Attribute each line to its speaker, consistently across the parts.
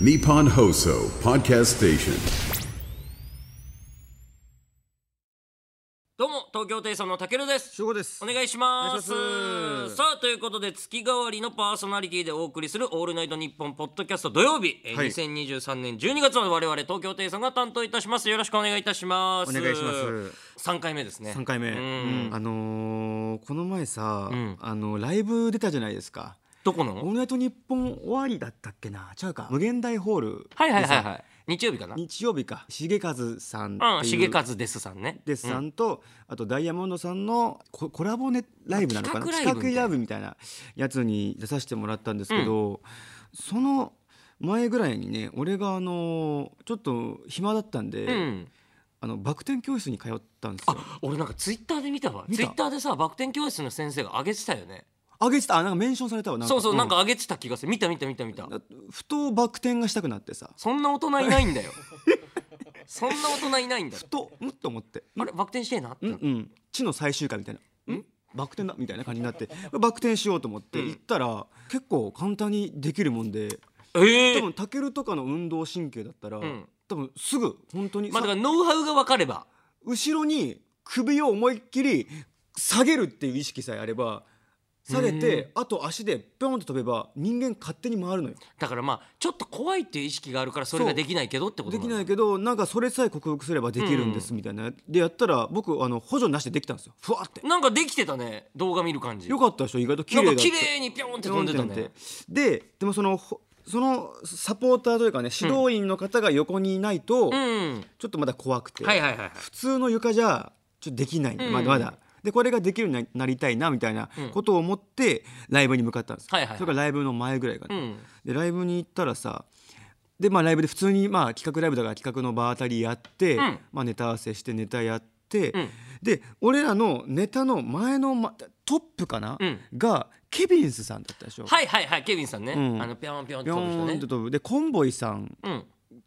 Speaker 1: Nippon Hoso Podcast Station.
Speaker 2: どうも東京テイソンのたけるです
Speaker 3: 集合です
Speaker 2: お願いします
Speaker 3: お願いします
Speaker 2: さあということで月替わりのパーソナリティでお送りする「オールナイトニッポン」ポッドキャスト土曜日、えー
Speaker 3: はい
Speaker 2: 2023年12月まで我々東京テイソンが担当いたしますよろしくお願いいたします
Speaker 3: お願いします
Speaker 2: 3回目ですね
Speaker 3: 三回目、
Speaker 2: うん
Speaker 3: あのーこの前さ、
Speaker 2: ん
Speaker 3: あのライブ出たじゃないですか
Speaker 2: どこ
Speaker 3: 「オー
Speaker 2: の
Speaker 3: ルナイトニッポン終わり」だったっけな違うか無限大ホール
Speaker 2: はいはいはいはい日曜日かな
Speaker 3: 日曜日か重和さんって
Speaker 2: うん
Speaker 3: いう
Speaker 2: 重和ですさんね
Speaker 3: デスさんと、あとダイヤモンドさんのココラボねライブなのかな
Speaker 2: 企画ライブみたいな
Speaker 3: 企画ライブみたいなやつに出させてもらったんですけど、その前ぐらいにね俺があのーちょっと暇だったんで、
Speaker 2: うん
Speaker 3: あのバク転教室に通ったんですよ
Speaker 2: 俺なんかツイッターで見たわ
Speaker 3: 見
Speaker 2: ツ
Speaker 3: た
Speaker 2: イッターでさバク転教室の先生が上げてたよね
Speaker 3: あげてたあなんかメンションされたわなんか
Speaker 2: そうそうなんか上げてた気がする見た見た見た見た
Speaker 3: だふとバク転がしたくなってさ
Speaker 2: そんな大人いないんだよそんな大人いないんだよ
Speaker 3: ふとんと思って
Speaker 2: あれバク転してえなって
Speaker 3: うんうん地の最終回みたいなんバク転だみたいな感じになってバク転しようと思って行ったら結構簡単にできるもんで
Speaker 2: え
Speaker 3: 多分タケルとかの運動神経だったら
Speaker 2: ん
Speaker 3: 多分すぐ本当に
Speaker 2: まあだか
Speaker 3: さ
Speaker 2: らノウハウが分かれば
Speaker 3: 後ろに首を思いっきり下げるっていう意識さえあれば下げてあと足でピョンと飛べば人間勝手に回るのよ
Speaker 2: だからまあちょっと怖いっていう意識があるからそれができないけどってこと
Speaker 3: でき
Speaker 2: い
Speaker 3: ないけどなんかそれさえ克服すればできるんですみたいなでやったら僕あの補助なしでできたんですよふわって
Speaker 2: なんかできてたね動画見る感じ
Speaker 3: よかったでしょ意外と綺
Speaker 2: な
Speaker 3: 麗
Speaker 2: ん
Speaker 3: だ
Speaker 2: か
Speaker 3: って
Speaker 2: 綺麗にピョンって飛んでたね
Speaker 3: ででもそのほそのサポーターというかね指導員の方が横にいない
Speaker 2: う
Speaker 3: と、
Speaker 2: ん
Speaker 3: ちょっとまだ怖くて、
Speaker 2: はいはいはいはい
Speaker 3: 普通の床じゃちょっとできないんで、まだまだ。でこれができるようになりたいなみたいなことを思ってライブに向かったんです、
Speaker 2: はいはいはい
Speaker 3: それがライブの前ぐらいかな、
Speaker 2: うん
Speaker 3: でライブに行ったらさでまあライブで普通にまあ企画ライブだから企画の場当たりやって、
Speaker 2: ん
Speaker 3: まあ、ネタ合わせしてネタやって、
Speaker 2: ん
Speaker 3: で俺らのネタの前の、ま、トップかな、
Speaker 2: うん
Speaker 3: がケビンスさんだったでしょ。
Speaker 2: はいはいはいケビンさんね、
Speaker 3: ん
Speaker 2: あのピョンピョンって
Speaker 3: ビョ
Speaker 2: 飛ぶ人
Speaker 3: ーン
Speaker 2: ね
Speaker 3: と飛ぶでコンボイさん
Speaker 2: うん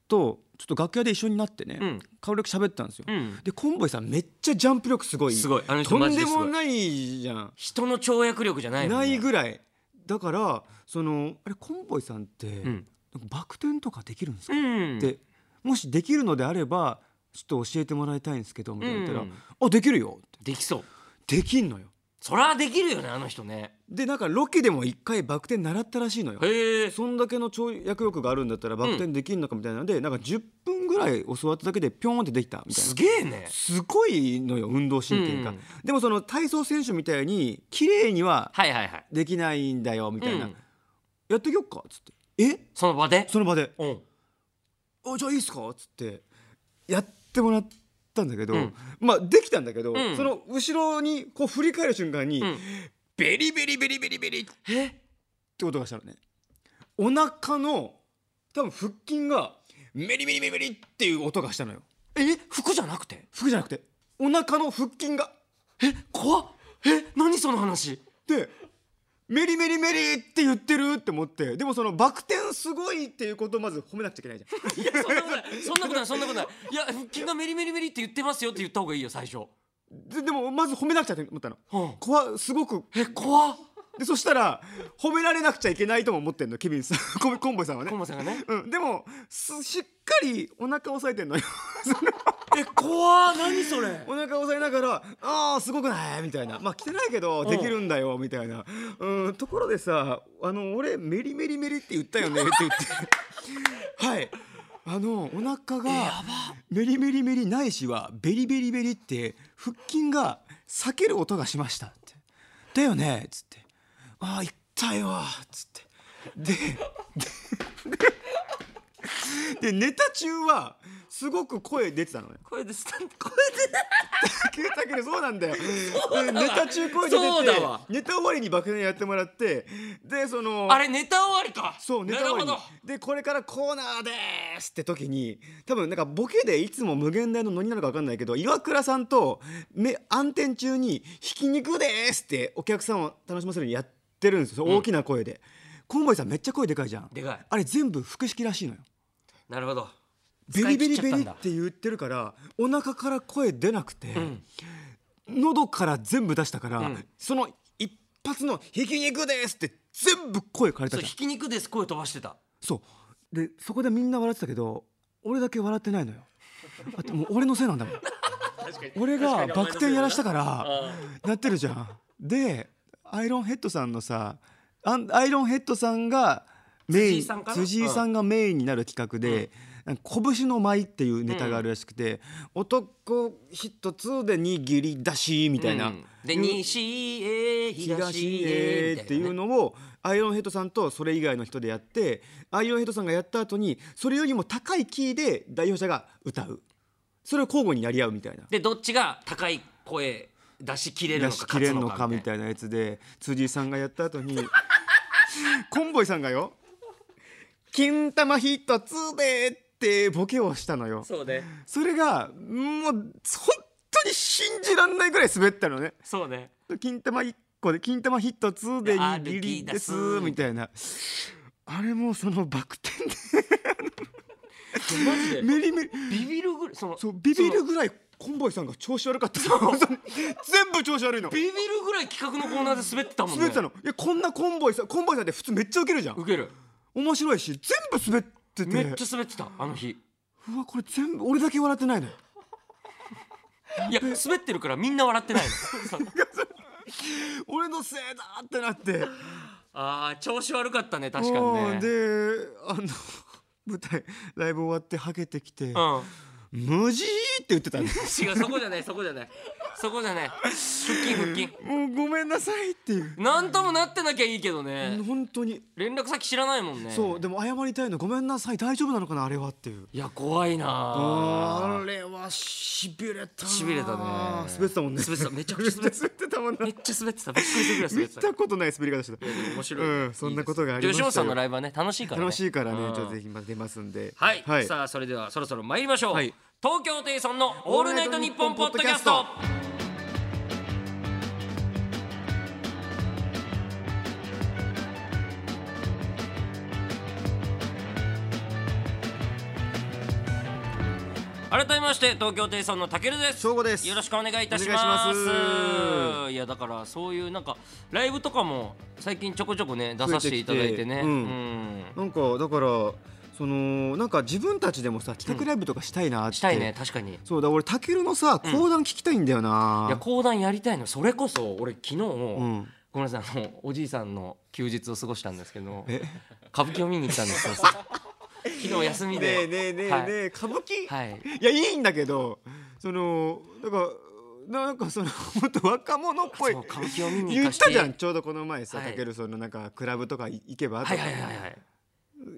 Speaker 3: とちょっと楽屋で一緒になってね、
Speaker 2: うん
Speaker 3: 顔力喋ってたんですよ、
Speaker 2: うん
Speaker 3: でコンボイさんめっちゃジャンプ力すごい
Speaker 2: すごいあの人
Speaker 3: と
Speaker 2: マ
Speaker 3: ん
Speaker 2: ジ
Speaker 3: で
Speaker 2: ですごい
Speaker 3: もないじゃん
Speaker 2: 人の跳躍力じゃないもん
Speaker 3: な
Speaker 2: ね
Speaker 3: いぐらいだからそのあれコンボイさんって、
Speaker 2: ん
Speaker 3: なんかバク転とかできるんですか、
Speaker 2: うん
Speaker 3: でもしできるのであればちょっと教えてもらいたいんですけどみたいな言ったら「
Speaker 2: うん
Speaker 3: あできるよ」って
Speaker 2: できそう
Speaker 3: できんのよ
Speaker 2: そりゃできるよねあの人ね
Speaker 3: でなんかロケでも一回バク転習ったらしいのよ
Speaker 2: へえ
Speaker 3: そんだけの跳躍力があるんだったらバク転できるのかみたいなので、なんか10分ぐらい教わっただけでピョーンってできたみたいな
Speaker 2: すげえね
Speaker 3: すごいのよ運動神経が、
Speaker 2: うん
Speaker 3: でもその体操選手みたいに綺麗には
Speaker 2: はいはいはい
Speaker 3: できないんだよみたいな、
Speaker 2: うん
Speaker 3: やってきよっかっつってえ
Speaker 2: その場で
Speaker 3: その場で
Speaker 2: うん
Speaker 3: あじゃあいいっすかっつってやってもらったんだけど、
Speaker 2: うん
Speaker 3: まあできたんだけど、
Speaker 2: ん
Speaker 3: その後ろにこう振り返る瞬間に、
Speaker 2: ん
Speaker 3: ベリベリベリベリベリっ
Speaker 2: え
Speaker 3: て音がしたのねお腹の多分腹筋がメリメリメリメリっていう音がしたのよ
Speaker 2: え服じゃなくて
Speaker 3: 服じゃなくてお腹の腹筋が
Speaker 2: え怖っえ何その話
Speaker 3: でメリメリメリって言ってるって思ってでもそのバク転すごいっていうことをまず褒めなくちゃいけないじゃん
Speaker 2: いやそんなことないそんなことないそんなことないいや腹筋がメリメリメリって言ってますよって言った方がいいよ最初
Speaker 3: ででもまず褒めなくちゃって思ったの、
Speaker 2: うん
Speaker 3: 怖すごく
Speaker 2: え怖っ
Speaker 3: でそしたら褒められなくちゃいけないとも思ってんのケビンさん コンコンボイさんはね
Speaker 2: コンボさんがね
Speaker 3: うん、でもすしっかりお腹押さえてんのよ その
Speaker 2: え怖っ何それ
Speaker 3: お腹押さえながら「あーすごくない?」みたいな「まあ汚いけどできるんだよ」みたいな、うん、ところでさ「あの俺メリメリメリって言ったよね」って言ってはいあのお腹がメリメリメリないしはベリベリベリって腹筋が裂ける音がしましたって「だよね」っつって「ああ痛いわ」っつってでででネタ中はすごく声出てたのね
Speaker 2: 声でスタンド声
Speaker 3: ケータケルそうなんだよ。でネタ中声出
Speaker 2: そう
Speaker 3: てて
Speaker 2: だわ、
Speaker 3: ネタ終わりに爆弾やってもらって、でその
Speaker 2: あれネタ終わりか
Speaker 3: そうネタ
Speaker 2: な
Speaker 3: 終
Speaker 2: る
Speaker 3: わ
Speaker 2: ほ
Speaker 3: りに
Speaker 2: ど
Speaker 3: でこれからコーナーでーすって時に、多分なんかボケでいつも無限大のノリなのか分かんないけど、岩倉さんとめ暗転中にひき肉でーすってお客さんを楽しませるようにやってるんですよ。大きな声で。コンボイさんめっちゃ声でかいじゃん。
Speaker 2: でかい
Speaker 3: あれ全部腹式らしいのよ。
Speaker 2: なるほど
Speaker 3: ベリベリ
Speaker 2: 使
Speaker 3: ベ
Speaker 2: い切
Speaker 3: リ
Speaker 2: っちゃったん
Speaker 3: っ
Speaker 2: だ
Speaker 3: て言ってるからお腹から声出なくて、喉から全部出したから、
Speaker 2: うん
Speaker 3: その一発の「ひき肉です」って全部声枯れた
Speaker 2: そう
Speaker 3: じゃん
Speaker 2: ひき肉です声飛ばしてた
Speaker 3: そうでそこでみんな笑ってたけど俺だけ笑ってないのよだって もう俺のせいなんだもん俺がバク転やらしたからなってるじゃんでアイロンヘッドさんのさあんアイロンヘッドさんがメイ
Speaker 2: 辻
Speaker 3: ン
Speaker 2: 井さんかな
Speaker 3: 辻井さんがメインになる企画で「なんか拳の舞」っていうネタがあるらしくて「男ヒット2で握り出し」みたいな。
Speaker 2: うんで西へ東
Speaker 3: 東
Speaker 2: へ
Speaker 3: へ
Speaker 2: みた
Speaker 3: ってい
Speaker 2: な
Speaker 3: う
Speaker 2: ね
Speaker 3: のをアイロンヘッドさんとそれ以外の人でやってアイロンヘッドさんがやった後にそれよりも高いキーで代表者が歌うそれを交互にやり合うみたいな
Speaker 2: でどっちが高い声出し切れる
Speaker 3: 出
Speaker 2: のか
Speaker 3: し切れんのかみ
Speaker 2: い
Speaker 3: たいなやつで辻井さんがやった後 にコンボイさんがよ「金玉ヒット2で」ってボケをしたのよ
Speaker 2: なそうね
Speaker 3: それがもう本当に信じらんないぐらい滑ったのね
Speaker 2: そうね
Speaker 3: 金玉1個で金玉ヒット2で
Speaker 2: で
Speaker 3: 握りです
Speaker 2: 歩き出す
Speaker 3: みたいなあれもうそのバク転
Speaker 2: マジ
Speaker 3: で
Speaker 2: で
Speaker 3: メリメリ
Speaker 2: ビビるぐらいその
Speaker 3: そうビビ
Speaker 2: そ
Speaker 3: る
Speaker 2: の
Speaker 3: ぐらいコンボイさんが調子悪かったの 全部調子悪いの
Speaker 2: ビビるぐらい企画のコーナーで滑ってたもんね
Speaker 3: 滑ってたのいやこんなコンボイさんコンボイさんって普通めっちゃウケるじゃん
Speaker 2: ウケる
Speaker 3: 面白いし全部滑ってて
Speaker 2: めっちゃ滑ってたあの日
Speaker 3: うわこれ全部俺だけ笑ってないのよ
Speaker 2: いや滑ってるからみんな笑って ないのそう
Speaker 3: 俺のせいだってなって
Speaker 2: あー調子悪かったね確かに
Speaker 3: う
Speaker 2: ね
Speaker 3: んであの 舞台ライブ終わってはけてき
Speaker 2: う
Speaker 3: て
Speaker 2: ん
Speaker 3: 「無事!」って言 ってたね
Speaker 2: 違うそこじゃないそこじゃないそこじゃない腹筋腹筋
Speaker 3: もうごめんなさいっていう
Speaker 2: なんともなってなきゃいいけどね
Speaker 3: 本当に
Speaker 2: 連絡先知らないもんね
Speaker 3: そうでも謝りたいのごめんなさい大丈夫なのかなあれはっていう
Speaker 2: いや怖いな
Speaker 3: あれはしびれたな
Speaker 2: しびれたね
Speaker 3: 滑ってたもんね
Speaker 2: 滑ってためちゃくちゃ滑ってた
Speaker 3: 滑ってたもんな
Speaker 2: めっちゃ滑ってたびっくりするぐらい滑
Speaker 3: 見
Speaker 2: ってた
Speaker 3: たことない滑り方してた
Speaker 2: 面白いね、
Speaker 3: うんそんなことがありましたよ
Speaker 2: 吉本さんのライブはね楽しいからね
Speaker 3: 楽しいからね
Speaker 2: うん
Speaker 3: ちょっとぜひまた出ますんで
Speaker 2: はい、
Speaker 3: はい
Speaker 2: さあそれではそろそろ参りましょう、
Speaker 3: はい
Speaker 2: 東京テイソンの「オールナイトニッポン」ポッドキャス
Speaker 3: オー
Speaker 2: ト
Speaker 3: ルナ
Speaker 2: 改めまして東京テイソンのたけるです
Speaker 3: 翔吾です
Speaker 2: よろしくお願いいたします
Speaker 3: お願いしま
Speaker 2: いやだからそういうなんかライブとかも最近ちょこちょこね出させていただいてね
Speaker 3: 増えてきてうん
Speaker 2: うん
Speaker 3: なんかだからそのなんか自分たちでもさ企画ライブとかしたいなって
Speaker 2: したいね確かに
Speaker 3: そうだ俺たけるのさ講談聞きたいんだよ
Speaker 2: いや
Speaker 3: な
Speaker 2: 講談やりたいのそれこそ俺昨日、
Speaker 3: ん
Speaker 2: ごめんなさいあのおじいさんの休日を過ごしたんですけど
Speaker 3: え
Speaker 2: 歌舞伎を見に行ったんです よ昨日休み
Speaker 3: ね
Speaker 2: で
Speaker 3: えねえねえねえ歌舞伎
Speaker 2: はい、はい
Speaker 3: いやいいんだけどそのだからなんかそのもっと若者っぽい
Speaker 2: そう歌舞伎を見に行
Speaker 3: 言
Speaker 2: か
Speaker 3: っ
Speaker 2: せて
Speaker 3: たじゃんちょうどこの前さ、
Speaker 2: はい
Speaker 3: たけるそのなんかクラブとか行けば、
Speaker 2: はいはいはいはい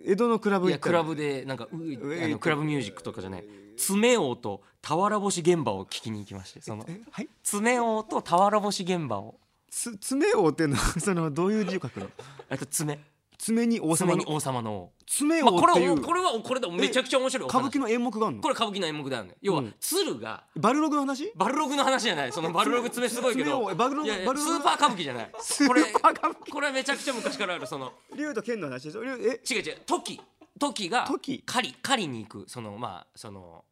Speaker 3: 江戸のクラブ
Speaker 2: い
Speaker 3: 行
Speaker 2: や
Speaker 3: った
Speaker 2: ク
Speaker 3: の
Speaker 2: ラブでなんかう
Speaker 3: うえ
Speaker 2: あのクラブミュージックとかじゃない爪王と俵星現場を聞きに行きましてその
Speaker 3: えはい
Speaker 2: 爪王と俵星現場を
Speaker 3: つ爪王っていうのはそのどういう字を書くの
Speaker 2: あと爪
Speaker 3: 爪に王様
Speaker 2: 爪に
Speaker 3: の
Speaker 2: 王様の
Speaker 3: 爪
Speaker 2: 王、まあ、こ
Speaker 3: 王って
Speaker 2: れ
Speaker 3: い
Speaker 2: は
Speaker 3: う
Speaker 2: これはこれでもめちゃくちゃ面白いお話
Speaker 3: 歌舞伎の演目があるの
Speaker 2: これ歌舞伎の演目だよね要は
Speaker 3: うん
Speaker 2: 鶴が
Speaker 3: バルログの話
Speaker 2: バルログの話じゃないそのバルログ爪すごいけ
Speaker 3: 爪
Speaker 2: ど
Speaker 3: をえバルログ
Speaker 2: いやいや
Speaker 3: バルロ
Speaker 2: ス
Speaker 3: グ
Speaker 2: ーパー歌舞伎じゃない
Speaker 3: スー
Speaker 2: これ
Speaker 3: パー歌舞
Speaker 2: これはめちゃくちゃ昔からあるその
Speaker 3: 竜と剣の話でしょ竜え
Speaker 2: 違う違う時時が
Speaker 3: 時
Speaker 2: 狩り狩りに行くそのまあその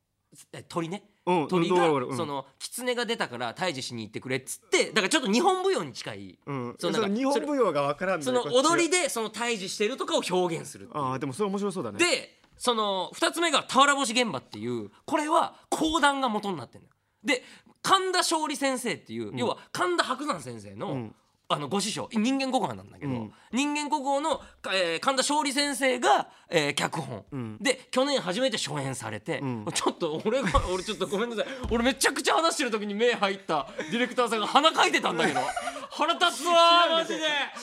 Speaker 2: え鳥ね
Speaker 3: うん
Speaker 2: 鳥
Speaker 3: うん
Speaker 2: が
Speaker 3: わかるわかるうん
Speaker 2: その狐が出たから退治しに行ってくれっつってだからちょっと日本舞踊に近い
Speaker 3: うん
Speaker 2: そ
Speaker 3: そ
Speaker 2: のなんか
Speaker 3: の日本舞踊がわからん
Speaker 2: その
Speaker 3: こっちは
Speaker 2: 踊りでその退治してるとかを表現するっていう
Speaker 3: ああでもそれ面白そうだね
Speaker 2: でその2つ目が「俵星現場」っていうこれは講談が元になってるのよで神田勝利先生っていう、要は神田伯山先生の、
Speaker 3: ん
Speaker 2: あのご師匠人間国宝なんだけど、
Speaker 3: うん
Speaker 2: 人間国宝の、えー神田勝利先生が、えー脚本、
Speaker 3: ん
Speaker 2: で去年初めて初演されて、
Speaker 3: ん
Speaker 2: ちょっと俺が俺ちょっとごめんなさい俺めちゃくちゃ話してる時に目入ったディレクターさんが鼻かいてたんだけ ど腹立つわーマジで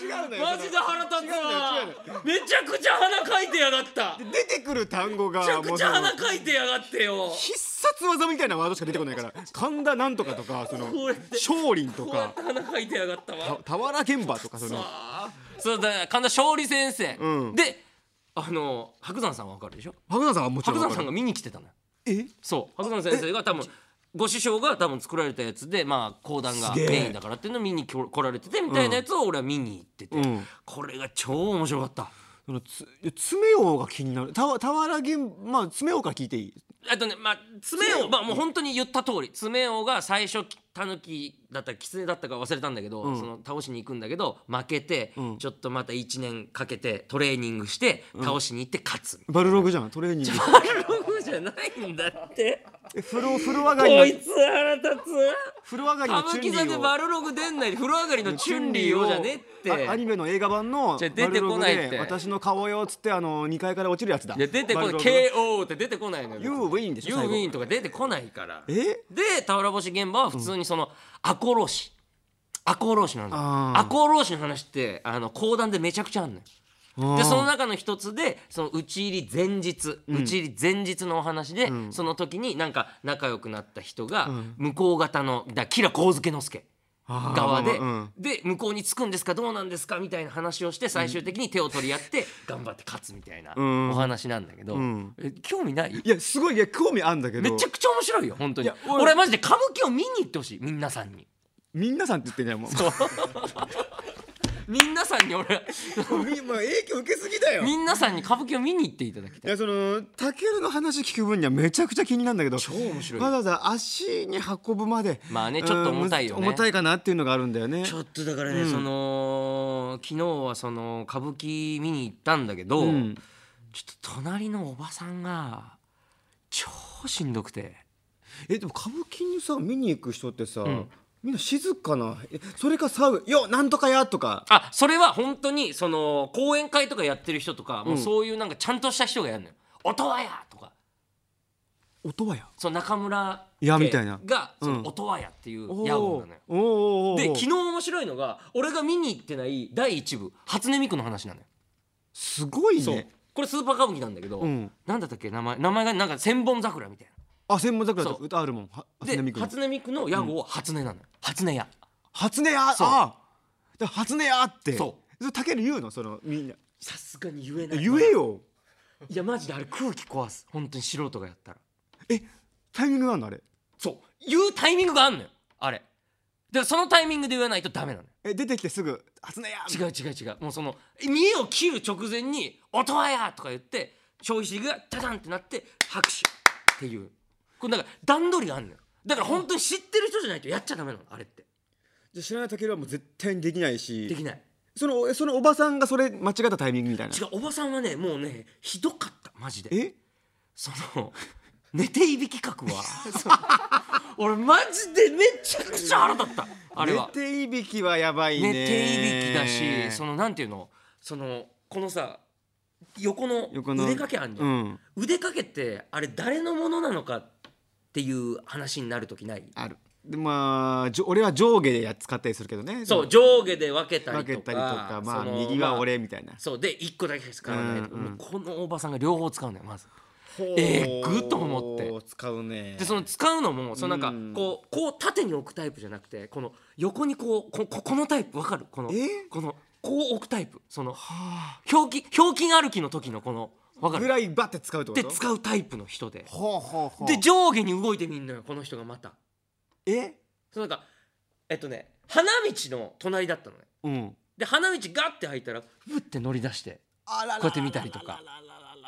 Speaker 3: 違うのよ
Speaker 2: マジで腹立つわ
Speaker 3: 違うのよ違うの
Speaker 2: ーめちゃくちゃ鼻かいてやがった
Speaker 3: 出てくる単語が
Speaker 2: めちゃくちゃ
Speaker 3: もうその
Speaker 2: 鼻かいてやがってよ
Speaker 3: 必殺技みたいなワードしか出てこないから神田なんとかとかその
Speaker 2: こうやって
Speaker 3: 少林と
Speaker 2: こうやって
Speaker 3: か
Speaker 2: 鼻かいてやがったわ
Speaker 3: た俵現場とかその
Speaker 2: あーそうだ神田勝利先生、
Speaker 3: うん
Speaker 2: であの白山さんわかるでしょ
Speaker 3: 白山さんはもちろ
Speaker 2: 白
Speaker 3: ん
Speaker 2: 山さんが
Speaker 3: が
Speaker 2: 見に来てたのよ
Speaker 3: え
Speaker 2: そう白山先生が多分ご師匠が多分作られたやつでまあ講談が
Speaker 3: すげえ
Speaker 2: メインだからっていうのを見に来来られててみたいなやつを俺は見に行ってて、
Speaker 3: うん
Speaker 2: これが超面白かった
Speaker 3: そのついや爪王が気になるたわ俵現まあ爪王から聞いていい
Speaker 2: えっとねまあ爪王まあもう本当に言った通り爪王が最初タヌキだったかキツネだったか忘れたんだけど、その倒しに行くんだけど負けて、ちょっとまた1年かけてトレーニングして倒しに行って勝つ、
Speaker 3: バルロ グじゃんトレーニング
Speaker 2: バルログじゃないんだって
Speaker 3: え風呂風呂上が
Speaker 2: こ
Speaker 3: り
Speaker 2: い
Speaker 3: の
Speaker 2: つ腹立つ
Speaker 3: 風呂上がり
Speaker 2: 歌
Speaker 3: の
Speaker 2: 舞
Speaker 3: チュンリ
Speaker 2: 伎座で
Speaker 3: ーを
Speaker 2: バルログ出んないで風呂上がりのチュンリーをじゃねっ
Speaker 3: あアニ
Speaker 2: て
Speaker 3: メの映画版の
Speaker 2: じゃあ出てこないって
Speaker 3: バルログで私の顔よっつってあの2階から落ちるやつだ
Speaker 2: いや出てこな
Speaker 3: バ
Speaker 2: い
Speaker 3: ルログ
Speaker 2: KO って出てこないのよ
Speaker 3: You win でしょ
Speaker 2: You
Speaker 3: 最後
Speaker 2: win とか出てこないから
Speaker 3: え
Speaker 2: で俵星現場は普通にその赤穂浪士赤穂浪士なんだよ
Speaker 3: あー
Speaker 2: 赤穂浪士の話ってあの講談でめちゃくちゃあんのよでその中の一つでその打ち入り前日、打ち入り前日のお話で、その時になんか仲良くなった人が向こう方のだ吉良上野介
Speaker 3: あー
Speaker 2: 側で、
Speaker 3: まあまあうん
Speaker 2: で向こうにつくんですかどうなんですかみたいな話をして最終的に手を取り合って頑張って勝つみたいなお話なんだけど、え興味ない
Speaker 3: いやすごいいや興味あんだけど
Speaker 2: めちゃくちゃ面白いよ本当に
Speaker 3: いや俺
Speaker 2: 俺マジで歌舞伎を見に行ってほしいみんなさんに
Speaker 3: みんなさんって言ってんじゃんもう
Speaker 2: みんなさんに俺
Speaker 3: みまあ影響受けすぎだよ
Speaker 2: みんなさんに歌舞伎を見に行っていただき
Speaker 3: い
Speaker 2: たい
Speaker 3: やそのタケルの話聞く分にはめちゃくちゃ気になるんだけど
Speaker 2: 超面白い
Speaker 3: わざわざ足に運ぶまで
Speaker 2: まあねちょっと重たいよね
Speaker 3: うん重たいかなっていうのがあるんだよね
Speaker 2: ちょっとだからね、その昨日はその歌舞伎見に行ったんだけど、
Speaker 3: ん
Speaker 2: ちょっと隣のおばさんが超しんどくて
Speaker 3: えでも歌舞伎にさ見に行く人ってさ、みんな静かなえそれかサウよなんとかやとか
Speaker 2: あそれは本当にその講演会とかやってる人とか、もうそういうなんかちゃんとした人がやるのよ「音羽屋!」とか
Speaker 3: 音はや
Speaker 2: その中村
Speaker 3: いやみたいな
Speaker 2: がその
Speaker 3: うん
Speaker 2: 音羽屋っていう
Speaker 3: おー
Speaker 2: 屋号なのよ、
Speaker 3: おーおーおー
Speaker 2: で昨日面白いのが俺が見に行ってない第1部初音ミクの話なのよ、
Speaker 3: すごい
Speaker 2: そう
Speaker 3: ね
Speaker 2: これスーパー歌舞伎なんだけど、
Speaker 3: ん
Speaker 2: なんだったっけ名前名前がなんか千本桜みたい
Speaker 3: あ専門桜
Speaker 2: そ
Speaker 3: と
Speaker 2: う
Speaker 3: 歌あるもんは
Speaker 2: な
Speaker 3: 初音ミ
Speaker 2: で
Speaker 3: クの
Speaker 2: 初音ミクの屋号は初音なのよ、初音屋
Speaker 3: 初音やあ
Speaker 2: う
Speaker 3: あだから初音やって
Speaker 2: そ
Speaker 3: れタケル言うのそのみんな
Speaker 2: さすがに言えない
Speaker 3: 言えよ
Speaker 2: いやマジであれ空気壊す本当に素人がやったら
Speaker 3: えタイミングなんだあれ
Speaker 2: そう言うタイミングがあんのよあれでそのタイミングで言わないとダメなのよ
Speaker 3: え出てきてすぐ初音や
Speaker 2: 違う違う違うもうその見栄を切る直前に「音羽や!」とか言って調子がダダンってなって拍手っていうこれだから段取りがあんのよだから本当に知ってる人じゃないとやっちゃダメなのあれって
Speaker 3: じゃあ知らないタケルはもう絶対にできない
Speaker 2: で
Speaker 3: し
Speaker 2: きない
Speaker 3: そのそのおばさんがそれ間違ったタイミングみたいな
Speaker 2: 違うおばさんはねもうねひどかったマジで
Speaker 3: え
Speaker 2: その寝ていびき覚はそう 俺マジでめちゃくちゃ腹立ったあれは
Speaker 3: 寝ていびきはやばいね
Speaker 2: 寝ていびきだしそのなんていうのそのこのさ横の
Speaker 3: 横の
Speaker 2: 腕掛けあんじゃん、
Speaker 3: うん
Speaker 2: 腕掛けってあれ誰のものなのかっていう話になる時ない
Speaker 3: あるでまあじょ俺は上下でやっ使ったりするけどね
Speaker 2: そう上下で分けたり
Speaker 3: 分
Speaker 2: とか
Speaker 3: けたりとかまあ
Speaker 2: その
Speaker 3: 右は
Speaker 2: ま
Speaker 3: 俺みたいな
Speaker 2: あそうで一個だけしか使わないとか、
Speaker 3: うんうん
Speaker 2: もうこのおばさんが両方使うんだよまずえ
Speaker 3: え
Speaker 2: ーぐっと思って
Speaker 3: 使うね
Speaker 2: でその使うのもそのな
Speaker 3: うん
Speaker 2: んかこうこう縦に置くタイプじゃなくてこの横にこうこここのタイプわかるこの
Speaker 3: えー
Speaker 2: このこう置くタイプその
Speaker 3: は
Speaker 2: ひょうきひょうきん歩きの時のこのわ
Speaker 3: あ
Speaker 2: か
Speaker 3: ぐ
Speaker 2: る
Speaker 3: らいバッて使うってこと
Speaker 2: で使うタイプの人で
Speaker 3: ほうほうほう
Speaker 2: で上下に動いてみんのよこの人がまた
Speaker 3: え
Speaker 2: そのなんかえっとね花道の隣だったのね
Speaker 3: うん
Speaker 2: で花道ガッて入ったらブッて乗り出して
Speaker 3: あららららららららら
Speaker 2: こうやって見たりとか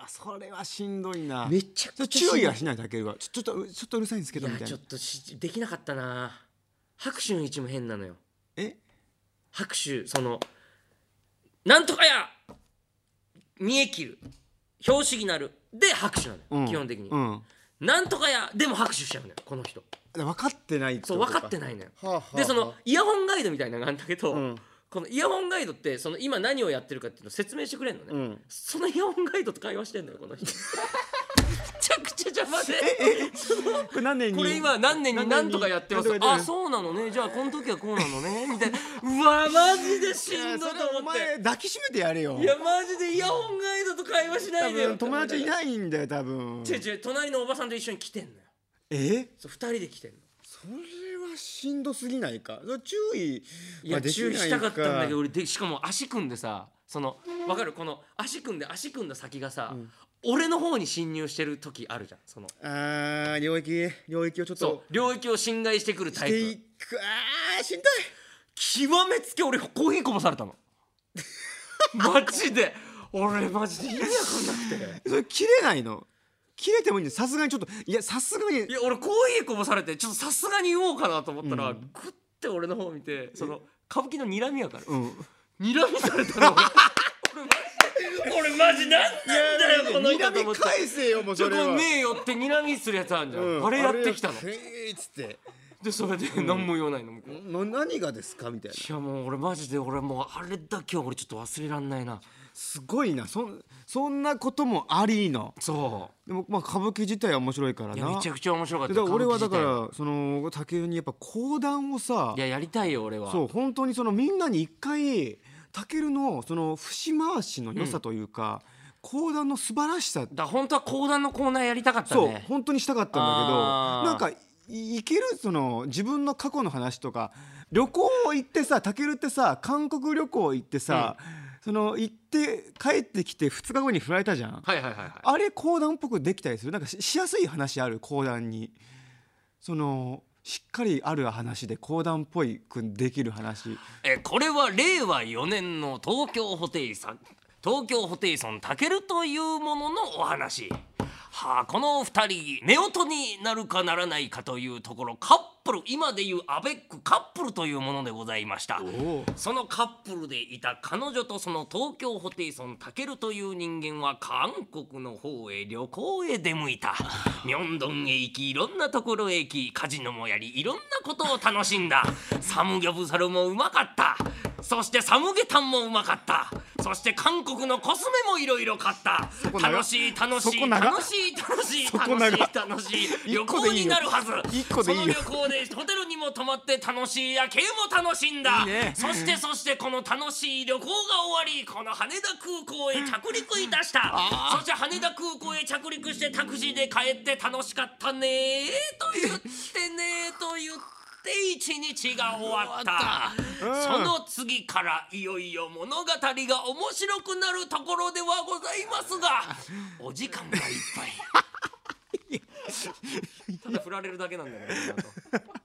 Speaker 3: それはしんどいな
Speaker 2: めちゃ
Speaker 3: それ
Speaker 2: くちゃ
Speaker 3: 注意は
Speaker 2: し
Speaker 3: しないだけはちょちょっとちょっとうるさいんですけ
Speaker 2: い
Speaker 3: どみ
Speaker 2: や
Speaker 3: たい
Speaker 2: ちょ
Speaker 3: な
Speaker 2: っとしできなかったな拍手の位置も変なのよ
Speaker 3: え
Speaker 2: 拍手そのなんとかや見え切る拍子になるで拍手なのよ、
Speaker 3: うん
Speaker 2: 基本的に、
Speaker 3: うん
Speaker 2: なんとかやでも拍手しちゃうのよこの人
Speaker 3: で分かってない
Speaker 2: そう分かってないいのよ、
Speaker 3: はあはあ
Speaker 2: でそのイヤホンガイドみたいなのがあるんだけど、
Speaker 3: うん
Speaker 2: このイヤホンガイドってその今何をやってるかっていうのを説明してくれるのね、
Speaker 3: うん
Speaker 2: そのイヤホンガイドと会話してんのよこの人めちゃくちゃ邪魔で
Speaker 3: これ何年に
Speaker 2: これ今何年に何とかやってます
Speaker 3: 何年に
Speaker 2: あそうなのねじゃあこの時はこうなのねみたいなうわマジでしんどいと
Speaker 3: お
Speaker 2: 思って
Speaker 3: 前抱きしめてやれよ
Speaker 2: いやマジでイヤホンガイドと会話しな
Speaker 3: 多
Speaker 2: いでよ
Speaker 3: 分友達いないんだよ多分
Speaker 2: 違う違う隣のおばさんと一緒に来てんのよ
Speaker 3: え
Speaker 2: そう2人で来てんの
Speaker 3: それはしんどすぎないかそれ注意
Speaker 2: いや
Speaker 3: はできな
Speaker 2: 注
Speaker 3: い
Speaker 2: 意したかったんだけど俺でしかも足組んでさそのわかるこの足組んで足組んだ先がさ、俺の方に侵入してる時あるじゃんその
Speaker 3: あー領域領域をちょっ
Speaker 2: そ
Speaker 3: と
Speaker 2: う領域を侵害してくるタイ
Speaker 3: で
Speaker 2: プ
Speaker 3: いくあーしんど
Speaker 2: 極めつけ俺コーヒーこぼされ たのマジで俺マジで意味わかんなくて
Speaker 3: いそれ切れないの切れてもいいんですさすがにちょっといやさすがに
Speaker 2: いや俺コーヒーこぼされてちょっとさすがに言おうかなと思ったら、グッて俺の方を見てその歌舞伎の睨みやから、
Speaker 3: うん
Speaker 2: 睨みされたの 俺マジ俺マジなんなんだよこの人と
Speaker 3: 睨
Speaker 2: 思
Speaker 3: み
Speaker 2: って
Speaker 3: 返せよもう
Speaker 2: ちょ
Speaker 3: そ
Speaker 2: こ
Speaker 3: れ
Speaker 2: う
Speaker 3: は、
Speaker 2: 目寄って睨みするやつあるじゃん、
Speaker 3: うん
Speaker 2: あれやってきたの
Speaker 3: あれやへーっつって
Speaker 2: でそれで何も言わないの向こう、い
Speaker 3: の何がですかみたいな
Speaker 2: やもう俺マジで俺もうあれだけは俺ちょっと忘れらんないな
Speaker 3: すごいなそんそんなこともありの
Speaker 2: そ
Speaker 3: でもまあ歌舞伎自体は面白いから
Speaker 2: ういや
Speaker 3: な
Speaker 2: めちゃくちゃ面白かった
Speaker 3: でだから俺は
Speaker 2: 歌
Speaker 3: だ
Speaker 2: 舞伎自体
Speaker 3: からその竹雄にやっぱ講談をさ
Speaker 2: いややりたいよ俺は
Speaker 3: そう本当にそのみんなに一回たけるのその節回しの良さというか、講談の素晴らしさ、
Speaker 2: だから本当は講談のコーナーやりたかった
Speaker 3: そう
Speaker 2: ね
Speaker 3: 本当にしたかったんだけど
Speaker 2: あー
Speaker 3: なんかいいけるその自分の過去の話とか旅行行ってさたけるってさ韓国旅行行ってさ、その行って帰ってきて2日後に振られたじゃん。
Speaker 2: はいはいはいはい
Speaker 3: あれ講談っぽくできたりするなんかししやすい話ある講談にそのしっかりある話で講談っぽいくできる話
Speaker 2: えーこれは令和4年の東京ホテイソン東京ホテイソンたけるというもののお話はあこの2人夫婦になるかならないかというところカップル今でいうアベックカップルというものでございました
Speaker 3: お
Speaker 2: そのカップルでいた彼女とその東京ホテイソンたけるという人間は韓国の方へ旅行へ出向いたミョンドンへ行きいろんなところへ行きカジノもやりいろんなことを楽しんだサムギョプサルもうまかったそしてサムゲタンもうまかったそして韓国のコスメもいろいろ買った
Speaker 3: こ長っ
Speaker 2: 楽しい楽し
Speaker 3: そこ
Speaker 2: い
Speaker 3: 長っ
Speaker 2: 楽しい楽しい
Speaker 3: そこ
Speaker 2: 楽
Speaker 3: 長
Speaker 2: し
Speaker 3: っ
Speaker 2: い楽しい旅
Speaker 3: 一個
Speaker 2: 行
Speaker 3: でいいよ
Speaker 2: になるはず
Speaker 3: 一個でいいよ
Speaker 2: その旅行でホテルにも泊まって楽しい夜景も楽しんだ
Speaker 3: いいね
Speaker 2: そしてそしてこの楽しい旅行が終わりこの羽田空港へ着陸いたしたそして羽田空港へ着陸してタクシーで帰って楽しかったねと言ってねと言って。一日が終わったその次からいよいよ物語が面白くなるところではございますがお時間がいっぱいただ振られるだけなんだよねこの後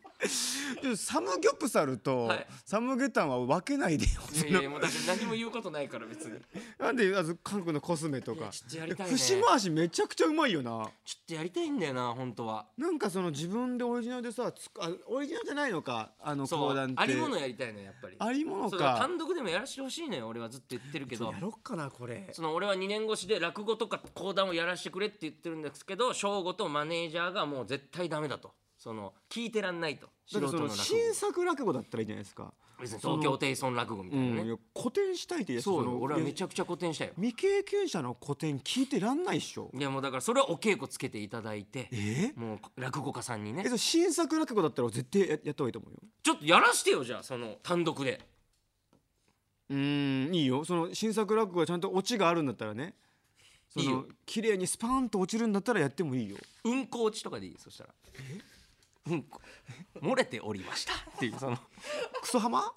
Speaker 3: サムギョプサルと
Speaker 2: はい
Speaker 3: サムゲタンは分けないでよ、
Speaker 2: いやいやもうだって何も言うことないから別にちょ
Speaker 3: なんであの韓国のコスメと
Speaker 2: い
Speaker 3: か
Speaker 2: やちょっとやりたいね
Speaker 3: 節回しめちゃくちゃうまいよな
Speaker 2: っとやりたいんだよな本当は
Speaker 3: なんかその自分でオリジナルでさつくあオリジナルじゃないのかあの
Speaker 2: そ
Speaker 3: 講
Speaker 2: う
Speaker 3: 談って
Speaker 2: ありものやりたいねやっぱり
Speaker 3: ありもの
Speaker 2: そ
Speaker 3: か
Speaker 2: うだら単独でもやらしてほしいのよ俺はずっと言ってるけど
Speaker 3: やろっかなこれ
Speaker 2: その俺は2年越しで落語とか講談をやらしてくれって言ってるんですけど省吾とマネージャーがもう絶対ダメだとその聞いてらんないと素
Speaker 3: だから
Speaker 2: 人
Speaker 3: そ
Speaker 2: の
Speaker 3: の
Speaker 2: 落語
Speaker 3: 新作落語だったらいいじゃないですか
Speaker 2: 別に
Speaker 3: その
Speaker 2: 東京テイソン落語みた
Speaker 3: う
Speaker 2: いなね、
Speaker 3: ん、いや古典したいって言ってた
Speaker 2: そう
Speaker 3: の
Speaker 2: よ俺はめ
Speaker 3: い
Speaker 2: ちゃくちゃ古典したよ
Speaker 3: や未経験者の古典聞いてらんないっしょ
Speaker 2: いやもうだからそれはお稽古つけていただいて
Speaker 3: え
Speaker 2: もう落語家さんにね
Speaker 3: えそれ新作落語だったら絶対ややった方がいいと思うよ
Speaker 2: ちょっとやらしてよじゃあその単独で
Speaker 3: うーんいいよその新作落語がちゃんとオチがあるんだったらねそ
Speaker 2: いい
Speaker 3: の
Speaker 2: よ
Speaker 3: 綺麗にスパーンと落ちるんだったらやってもいいよ
Speaker 2: うんこ落ちとかでいいそしたらうんこ漏れておりましたっていうそ の
Speaker 3: クソハマ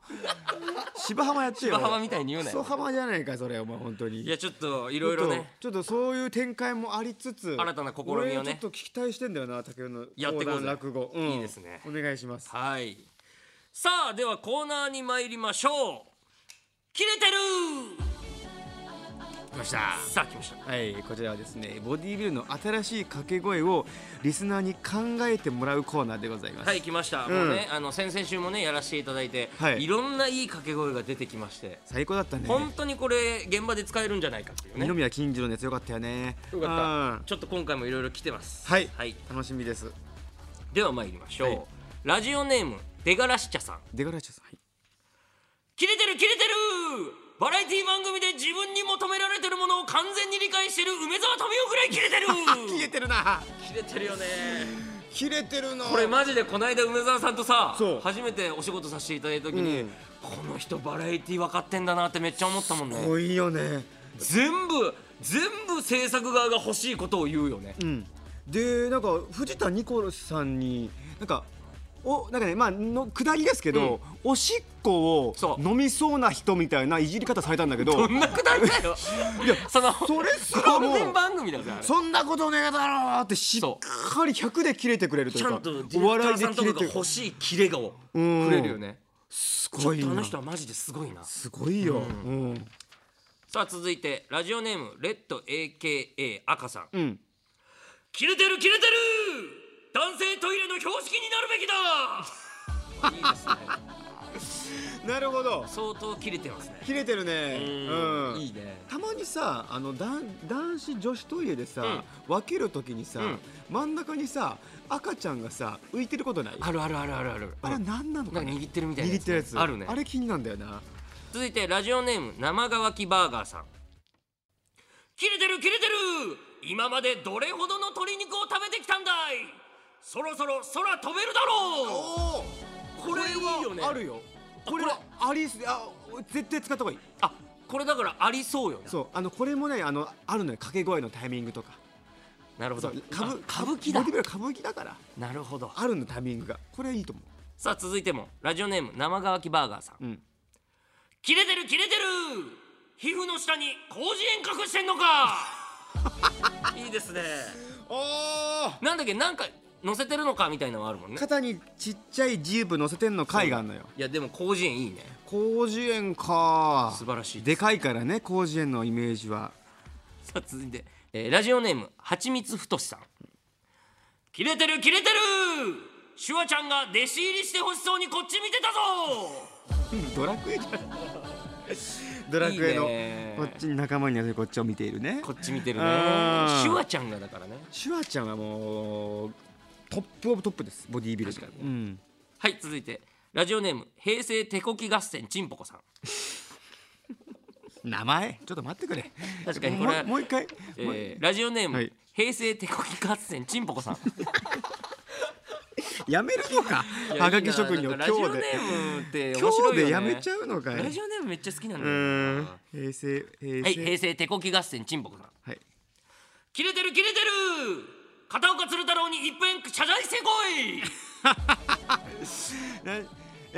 Speaker 3: 芝浜やってよ
Speaker 2: 芝浜みたいに言う
Speaker 3: ク
Speaker 2: な
Speaker 3: ソ
Speaker 2: よ
Speaker 3: ハマじゃないかそれお前本当に
Speaker 2: いやちょっといろいろね
Speaker 3: ちょっとちょっとそういう展開もありつつ
Speaker 2: 新たな試みをね
Speaker 3: 俺ちょっと期待してんだよな竹雄の
Speaker 2: やってこうぜ
Speaker 3: 講談落語、うん
Speaker 2: いいですね
Speaker 3: お願いします
Speaker 2: はいさあではコーナーに参りましょう切れてる来ましたさあ来ました
Speaker 3: はい、こちらはですね、ボディービルの新しい掛け声をリスナーに考えてもらうコーナーでございます。
Speaker 2: はい来ました、
Speaker 3: ん
Speaker 2: もうねあの先々週もねやらせていただいて、
Speaker 3: はい
Speaker 2: い、ろんないい掛け声が出てきまして
Speaker 3: 最高だったね。
Speaker 2: 本当にこれ現場で使えるんじゃないかっていうね
Speaker 3: 二宮金次郎のやつよかったよね。
Speaker 2: よかった
Speaker 3: っ
Speaker 2: ちょっと今回もいろいろ来てます
Speaker 3: はい、
Speaker 2: はい、
Speaker 3: 楽しみです。
Speaker 2: では参りましょう、
Speaker 3: はい
Speaker 2: ラジオネームデガラシチャさん
Speaker 3: デガラシャさん、はい
Speaker 2: 切れてる切れてるバラエティ番組で自分に求められてるものを完全に理解してる梅沢富美男ぐらい切れてる
Speaker 3: 切れてるな。
Speaker 2: 切れてるよね
Speaker 3: 切れてるな。
Speaker 2: これマジでこの間梅沢さんとさ
Speaker 3: そう
Speaker 2: 初めてお仕事させていただいた時に、
Speaker 3: うん
Speaker 2: この人バラエティ分かってんだなってめっちゃ思ったもんね
Speaker 3: 多いよね。
Speaker 2: 全部全部制作側が欲しいことを言うよね
Speaker 3: うん。で、なんか藤田ニコルさんになんか。おなんかねまあの下りですけど、おしっこ
Speaker 2: そ
Speaker 3: を
Speaker 2: う
Speaker 3: 飲みそうな人みたいないじり方されたんだけど
Speaker 2: どんなくだりだよいやその
Speaker 3: それすら
Speaker 2: ゴ
Speaker 3: も
Speaker 2: ー
Speaker 3: う
Speaker 2: ルデン番組だぜあれ
Speaker 3: そんなことねえだろうってしっかり100で切れてくれるとい
Speaker 2: ち
Speaker 3: う
Speaker 2: ゃ
Speaker 3: か
Speaker 2: んとディ
Speaker 3: お
Speaker 2: レクタ
Speaker 3: 笑
Speaker 2: ー
Speaker 3: い
Speaker 2: さ
Speaker 3: で
Speaker 2: んと
Speaker 3: 切
Speaker 2: か
Speaker 3: れ
Speaker 2: が
Speaker 3: て
Speaker 2: 欲しいキレを
Speaker 3: うん
Speaker 2: くれるよね
Speaker 3: す
Speaker 2: ちょ
Speaker 3: ご
Speaker 2: っ
Speaker 3: い
Speaker 2: とあの
Speaker 3: な
Speaker 2: 人はマジですごいな
Speaker 3: すごいよ、うんうん
Speaker 2: さあ続いてラジオネームレッド AKA 赤さん、
Speaker 3: ん
Speaker 2: 切れてる切れてる男性トイレの標識になるべきだ
Speaker 3: なるほど
Speaker 2: 相当切れてますね
Speaker 3: 切れてるねうん
Speaker 2: いいね
Speaker 3: たまにさあのだ男子女子トイレでさ、分けるときにさ、
Speaker 2: うん
Speaker 3: 真ん中にさ赤ちゃんがさ浮いてることないあ
Speaker 2: あるあるあるあるある
Speaker 3: れは何なの
Speaker 2: な
Speaker 3: か
Speaker 2: んか
Speaker 3: ね
Speaker 2: 握ってるみたいな
Speaker 3: 握ってるやつ
Speaker 2: あるね
Speaker 3: あれ気になんだよな
Speaker 2: 続いてラジオネーム生乾きバーガーさん切れてる切れてる今までどれほどの鶏肉を食べてきたんだいそろそろ空飛べるだろう
Speaker 3: お
Speaker 2: これいいよね
Speaker 3: あるよこれはありすあ絶対使った方がいい
Speaker 2: あこれだからありそうよね
Speaker 3: そうあのこれもねあのあるのよ掛け声のタイミングとか
Speaker 2: なるほ
Speaker 3: そ
Speaker 2: ど
Speaker 3: う歌舞
Speaker 2: あ歌舞伎だ
Speaker 3: ボディベル歌舞伎だから
Speaker 2: なるほど
Speaker 3: あるのタイミングがこれいいと思
Speaker 2: さあ続いてもラジオネーム生乾きバーガーさん、
Speaker 3: うん
Speaker 2: 切れてる切れてる皮膚の下に工事炎隠してんのかいいですね
Speaker 3: うお
Speaker 2: なんだっけなんか乗せてるのかみたいなのはあるもんね
Speaker 3: 肩にちっちゃいジープ乗せてんの回があんのよ
Speaker 2: いやでも広辞苑いいね
Speaker 3: 広辞苑か
Speaker 2: 素晴らしいです
Speaker 3: でかいからね広辞苑のイメージは
Speaker 2: さあ続いて、えーラジオネームはちみつふとしさん切れてる切れてるシュワちゃんが弟子入りしてほしそうにこっち見てたぞ
Speaker 3: ドラクエじゃん ドラクエの
Speaker 2: いいね
Speaker 3: こっちに仲間になってこっちを見ているね
Speaker 2: こっち見てるね
Speaker 3: うん
Speaker 2: シュワちゃんがだからね
Speaker 3: シュワちゃんはもうトップオブトップですボディービルで、うん、
Speaker 2: はい続いてラジオネーム平成手こき合戦ちんぽこさん
Speaker 3: 名前ちょっと待ってくれ
Speaker 2: 確かにこれは
Speaker 3: もうもう一回、もう
Speaker 2: えーラジオネーム、
Speaker 3: はい
Speaker 2: 平成手こき合戦ちんぽこ さん
Speaker 3: やめるのかはがき職人を
Speaker 2: いやいいななんかラ
Speaker 3: 今日
Speaker 2: ジ
Speaker 3: で
Speaker 2: オネームって面
Speaker 3: 今
Speaker 2: 白いよ、
Speaker 3: 日で
Speaker 2: ね、
Speaker 3: やめちゃうのかい
Speaker 2: ラジオネームめっちゃ好きなんだ
Speaker 3: う
Speaker 2: よ
Speaker 3: ー
Speaker 2: なん
Speaker 3: 平成平成
Speaker 2: はい平成手こき合戦ちんぽこさん
Speaker 3: はい
Speaker 2: 切れてる切れてる片岡鶴太郎に一遍謝罪してこ い
Speaker 3: な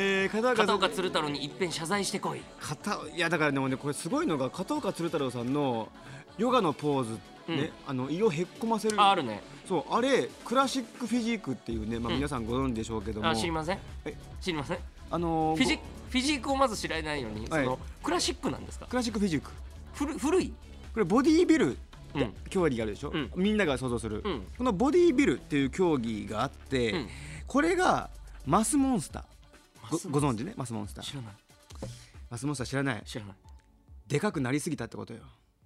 Speaker 3: えー、片岡
Speaker 2: 片
Speaker 3: さん
Speaker 2: 岡鶴太郎に一遍謝罪してこい
Speaker 3: 片いやだからでもねこれすごいのが片岡鶴太郎さんのヨガのポーズね、あの胃をへっこませる
Speaker 2: ああるね
Speaker 3: そうあれクラシックフィジークっていうね、まあ、皆さんご存知でしょうけども、
Speaker 2: あ知りません
Speaker 3: え
Speaker 2: 知りませんフ
Speaker 3: あのー
Speaker 2: ィジ
Speaker 3: ご
Speaker 2: フィジークをまず知らないのに、
Speaker 3: はい
Speaker 2: そのクラシックなんですか
Speaker 3: クラシックフィジーク
Speaker 2: 古古い
Speaker 3: これボディービル
Speaker 2: うん
Speaker 3: 競技があるでしょ、
Speaker 2: うん
Speaker 3: みんなが想像する、
Speaker 2: うん
Speaker 3: このボディービルっていう競技があって、
Speaker 2: うん
Speaker 3: これがマスモンスター
Speaker 2: マスモンスター
Speaker 3: ごご存知ねマスモンスタ
Speaker 2: 知
Speaker 3: ー
Speaker 2: らない
Speaker 3: マスモンスター知らない
Speaker 2: 知らない
Speaker 3: でかくなりすぎたってことよ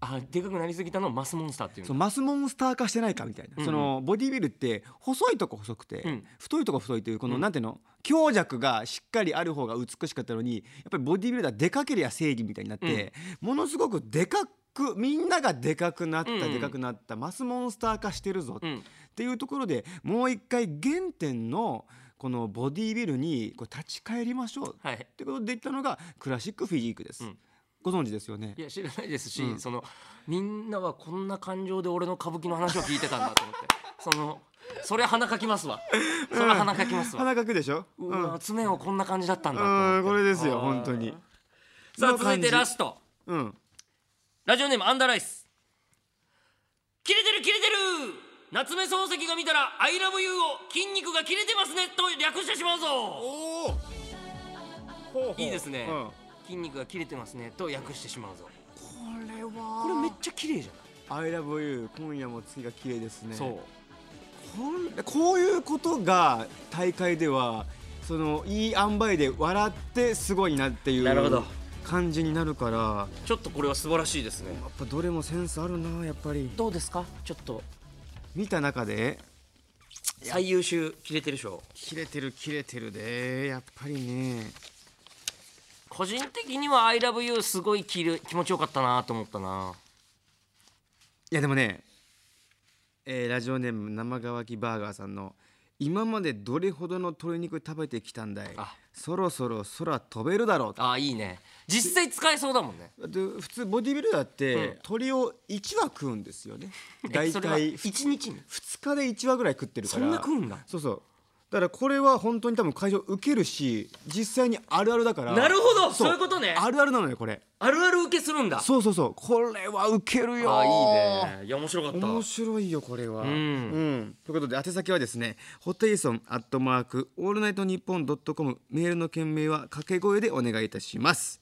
Speaker 2: あでかくなりすぎたのをマスモンスターっていう
Speaker 3: そ
Speaker 2: の
Speaker 3: うマスモンスター化してないかみたいな、
Speaker 2: うん
Speaker 3: そのボディービルって細いとこ細くて、
Speaker 2: うん
Speaker 3: 太いとこ太いというこの、
Speaker 2: うん
Speaker 3: なんていうの強弱がしっかりある方が美しかったのにやっぱりボディービルダーでかけりゃ正義みたいになって、ものすごくでかくみんながでかくなった、
Speaker 2: うん
Speaker 3: でかくなったマスモンスター化してるぞ、
Speaker 2: う
Speaker 3: っ
Speaker 2: ん
Speaker 3: ていうところでもう一回原点のこのボディービルにこう立ち返りましょう、
Speaker 2: はい
Speaker 3: ってことで言ったのがクラシックフィジークです、
Speaker 2: うん
Speaker 3: ご存知ですよね
Speaker 2: いや知らないですし、
Speaker 3: うん
Speaker 2: そのみんなはこんな感情で俺の歌舞伎の話を聞いてたんだと思ってそのそりゃ鼻かき ますわそりゃ鼻かきますわ、
Speaker 3: 鼻かくでしょ、
Speaker 2: う
Speaker 3: う
Speaker 2: わ
Speaker 3: ん
Speaker 2: 爪をこんな感じだったんだと思っ
Speaker 3: う
Speaker 2: て
Speaker 3: んこれですよ
Speaker 2: あー
Speaker 3: 本当に
Speaker 2: さあ
Speaker 3: の
Speaker 2: 続い
Speaker 3: 感じ
Speaker 2: てラスト
Speaker 3: うん
Speaker 2: ラジオネームアンダーライス切れてる切れてる夏目漱石が見たら「アイラブユーを筋肉が切れてますねと略してしまうぞ
Speaker 3: おお
Speaker 2: いいですね
Speaker 3: うんこ
Speaker 2: 筋肉が切れてますねと略してしまうぞ
Speaker 3: れは
Speaker 2: これめっちゃ綺麗じゃない
Speaker 3: 「I love you」今夜も月が綺麗ですね
Speaker 2: そう
Speaker 3: こんこういうことが大会ではそのいい塩梅で笑ってすごいなっていう
Speaker 2: なるほど
Speaker 3: 感じになるからや
Speaker 2: ちょっとこれは素晴らしいですね
Speaker 3: っぱどれもセンスあるなやっぱり
Speaker 2: どうですかちょっと
Speaker 3: 見た中で
Speaker 2: 最優秀切れてる賞
Speaker 3: 切れてる切れてるでやっぱりね
Speaker 2: 個人的には「アイラブユーすごい切る気持ちよかったなと思ったない
Speaker 3: やでもね、えーラジオネーム生乾きバーガーさんの「今までどれほどの鶏肉食べてきたんだい
Speaker 2: あ
Speaker 3: そろそろ空飛べるだろう」
Speaker 2: あーいいね実際使えそうだもんね
Speaker 3: だって普通ボディビルダーって、
Speaker 2: ん
Speaker 3: 鶏を1羽食うんですよね
Speaker 2: え
Speaker 3: 大
Speaker 2: それは
Speaker 3: 体
Speaker 2: 一日に
Speaker 3: 2日で1羽ぐらい食ってるから
Speaker 2: そんな食うんだ
Speaker 3: そうそうだからこれは本当に多分会場受けるし実際にあるあるだから
Speaker 2: なるほどそういうことね
Speaker 3: あるあるなのよこれ
Speaker 2: あるある受けするんだ
Speaker 3: そうそうそうこれは受けるよ
Speaker 2: あいいねいや面白かった
Speaker 3: 面白いよこれは、うんということで宛先はですねホテイソンアットマークオールナイトニッポンドットコムメールの件名は掛け声でお願いいたします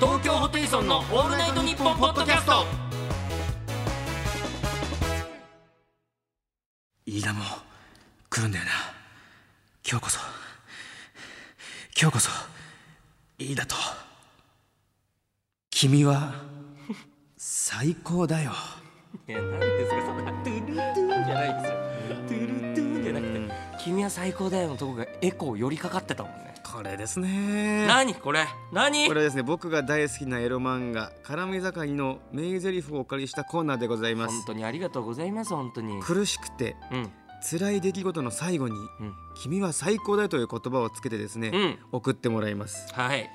Speaker 2: 東京ホテイソンのオールナイトニッポンポッドキャスト
Speaker 4: 飯田も来るんだよな今日こそ今日こそ飯田と君は最高だよ
Speaker 2: いや何ですかそんなトゥルトゥンじゃないですよトゥルトゥンじゃなくて「君は最高だよ」のとこがエコー寄りかかってたもんね
Speaker 4: これですね
Speaker 2: 何これ何
Speaker 3: これはですね僕が大好きなエロ漫画「絡み盛り」の名台詞をお借りしたコーナーでございま
Speaker 2: 本
Speaker 3: す
Speaker 2: 当にありがとうございます本当に
Speaker 3: 苦しくて
Speaker 2: うん
Speaker 3: 辛い出来事の最後に
Speaker 2: うん
Speaker 3: 「君は最高だよ」という言葉をつけてですね、
Speaker 2: うん
Speaker 3: 送ってもらいます
Speaker 2: はい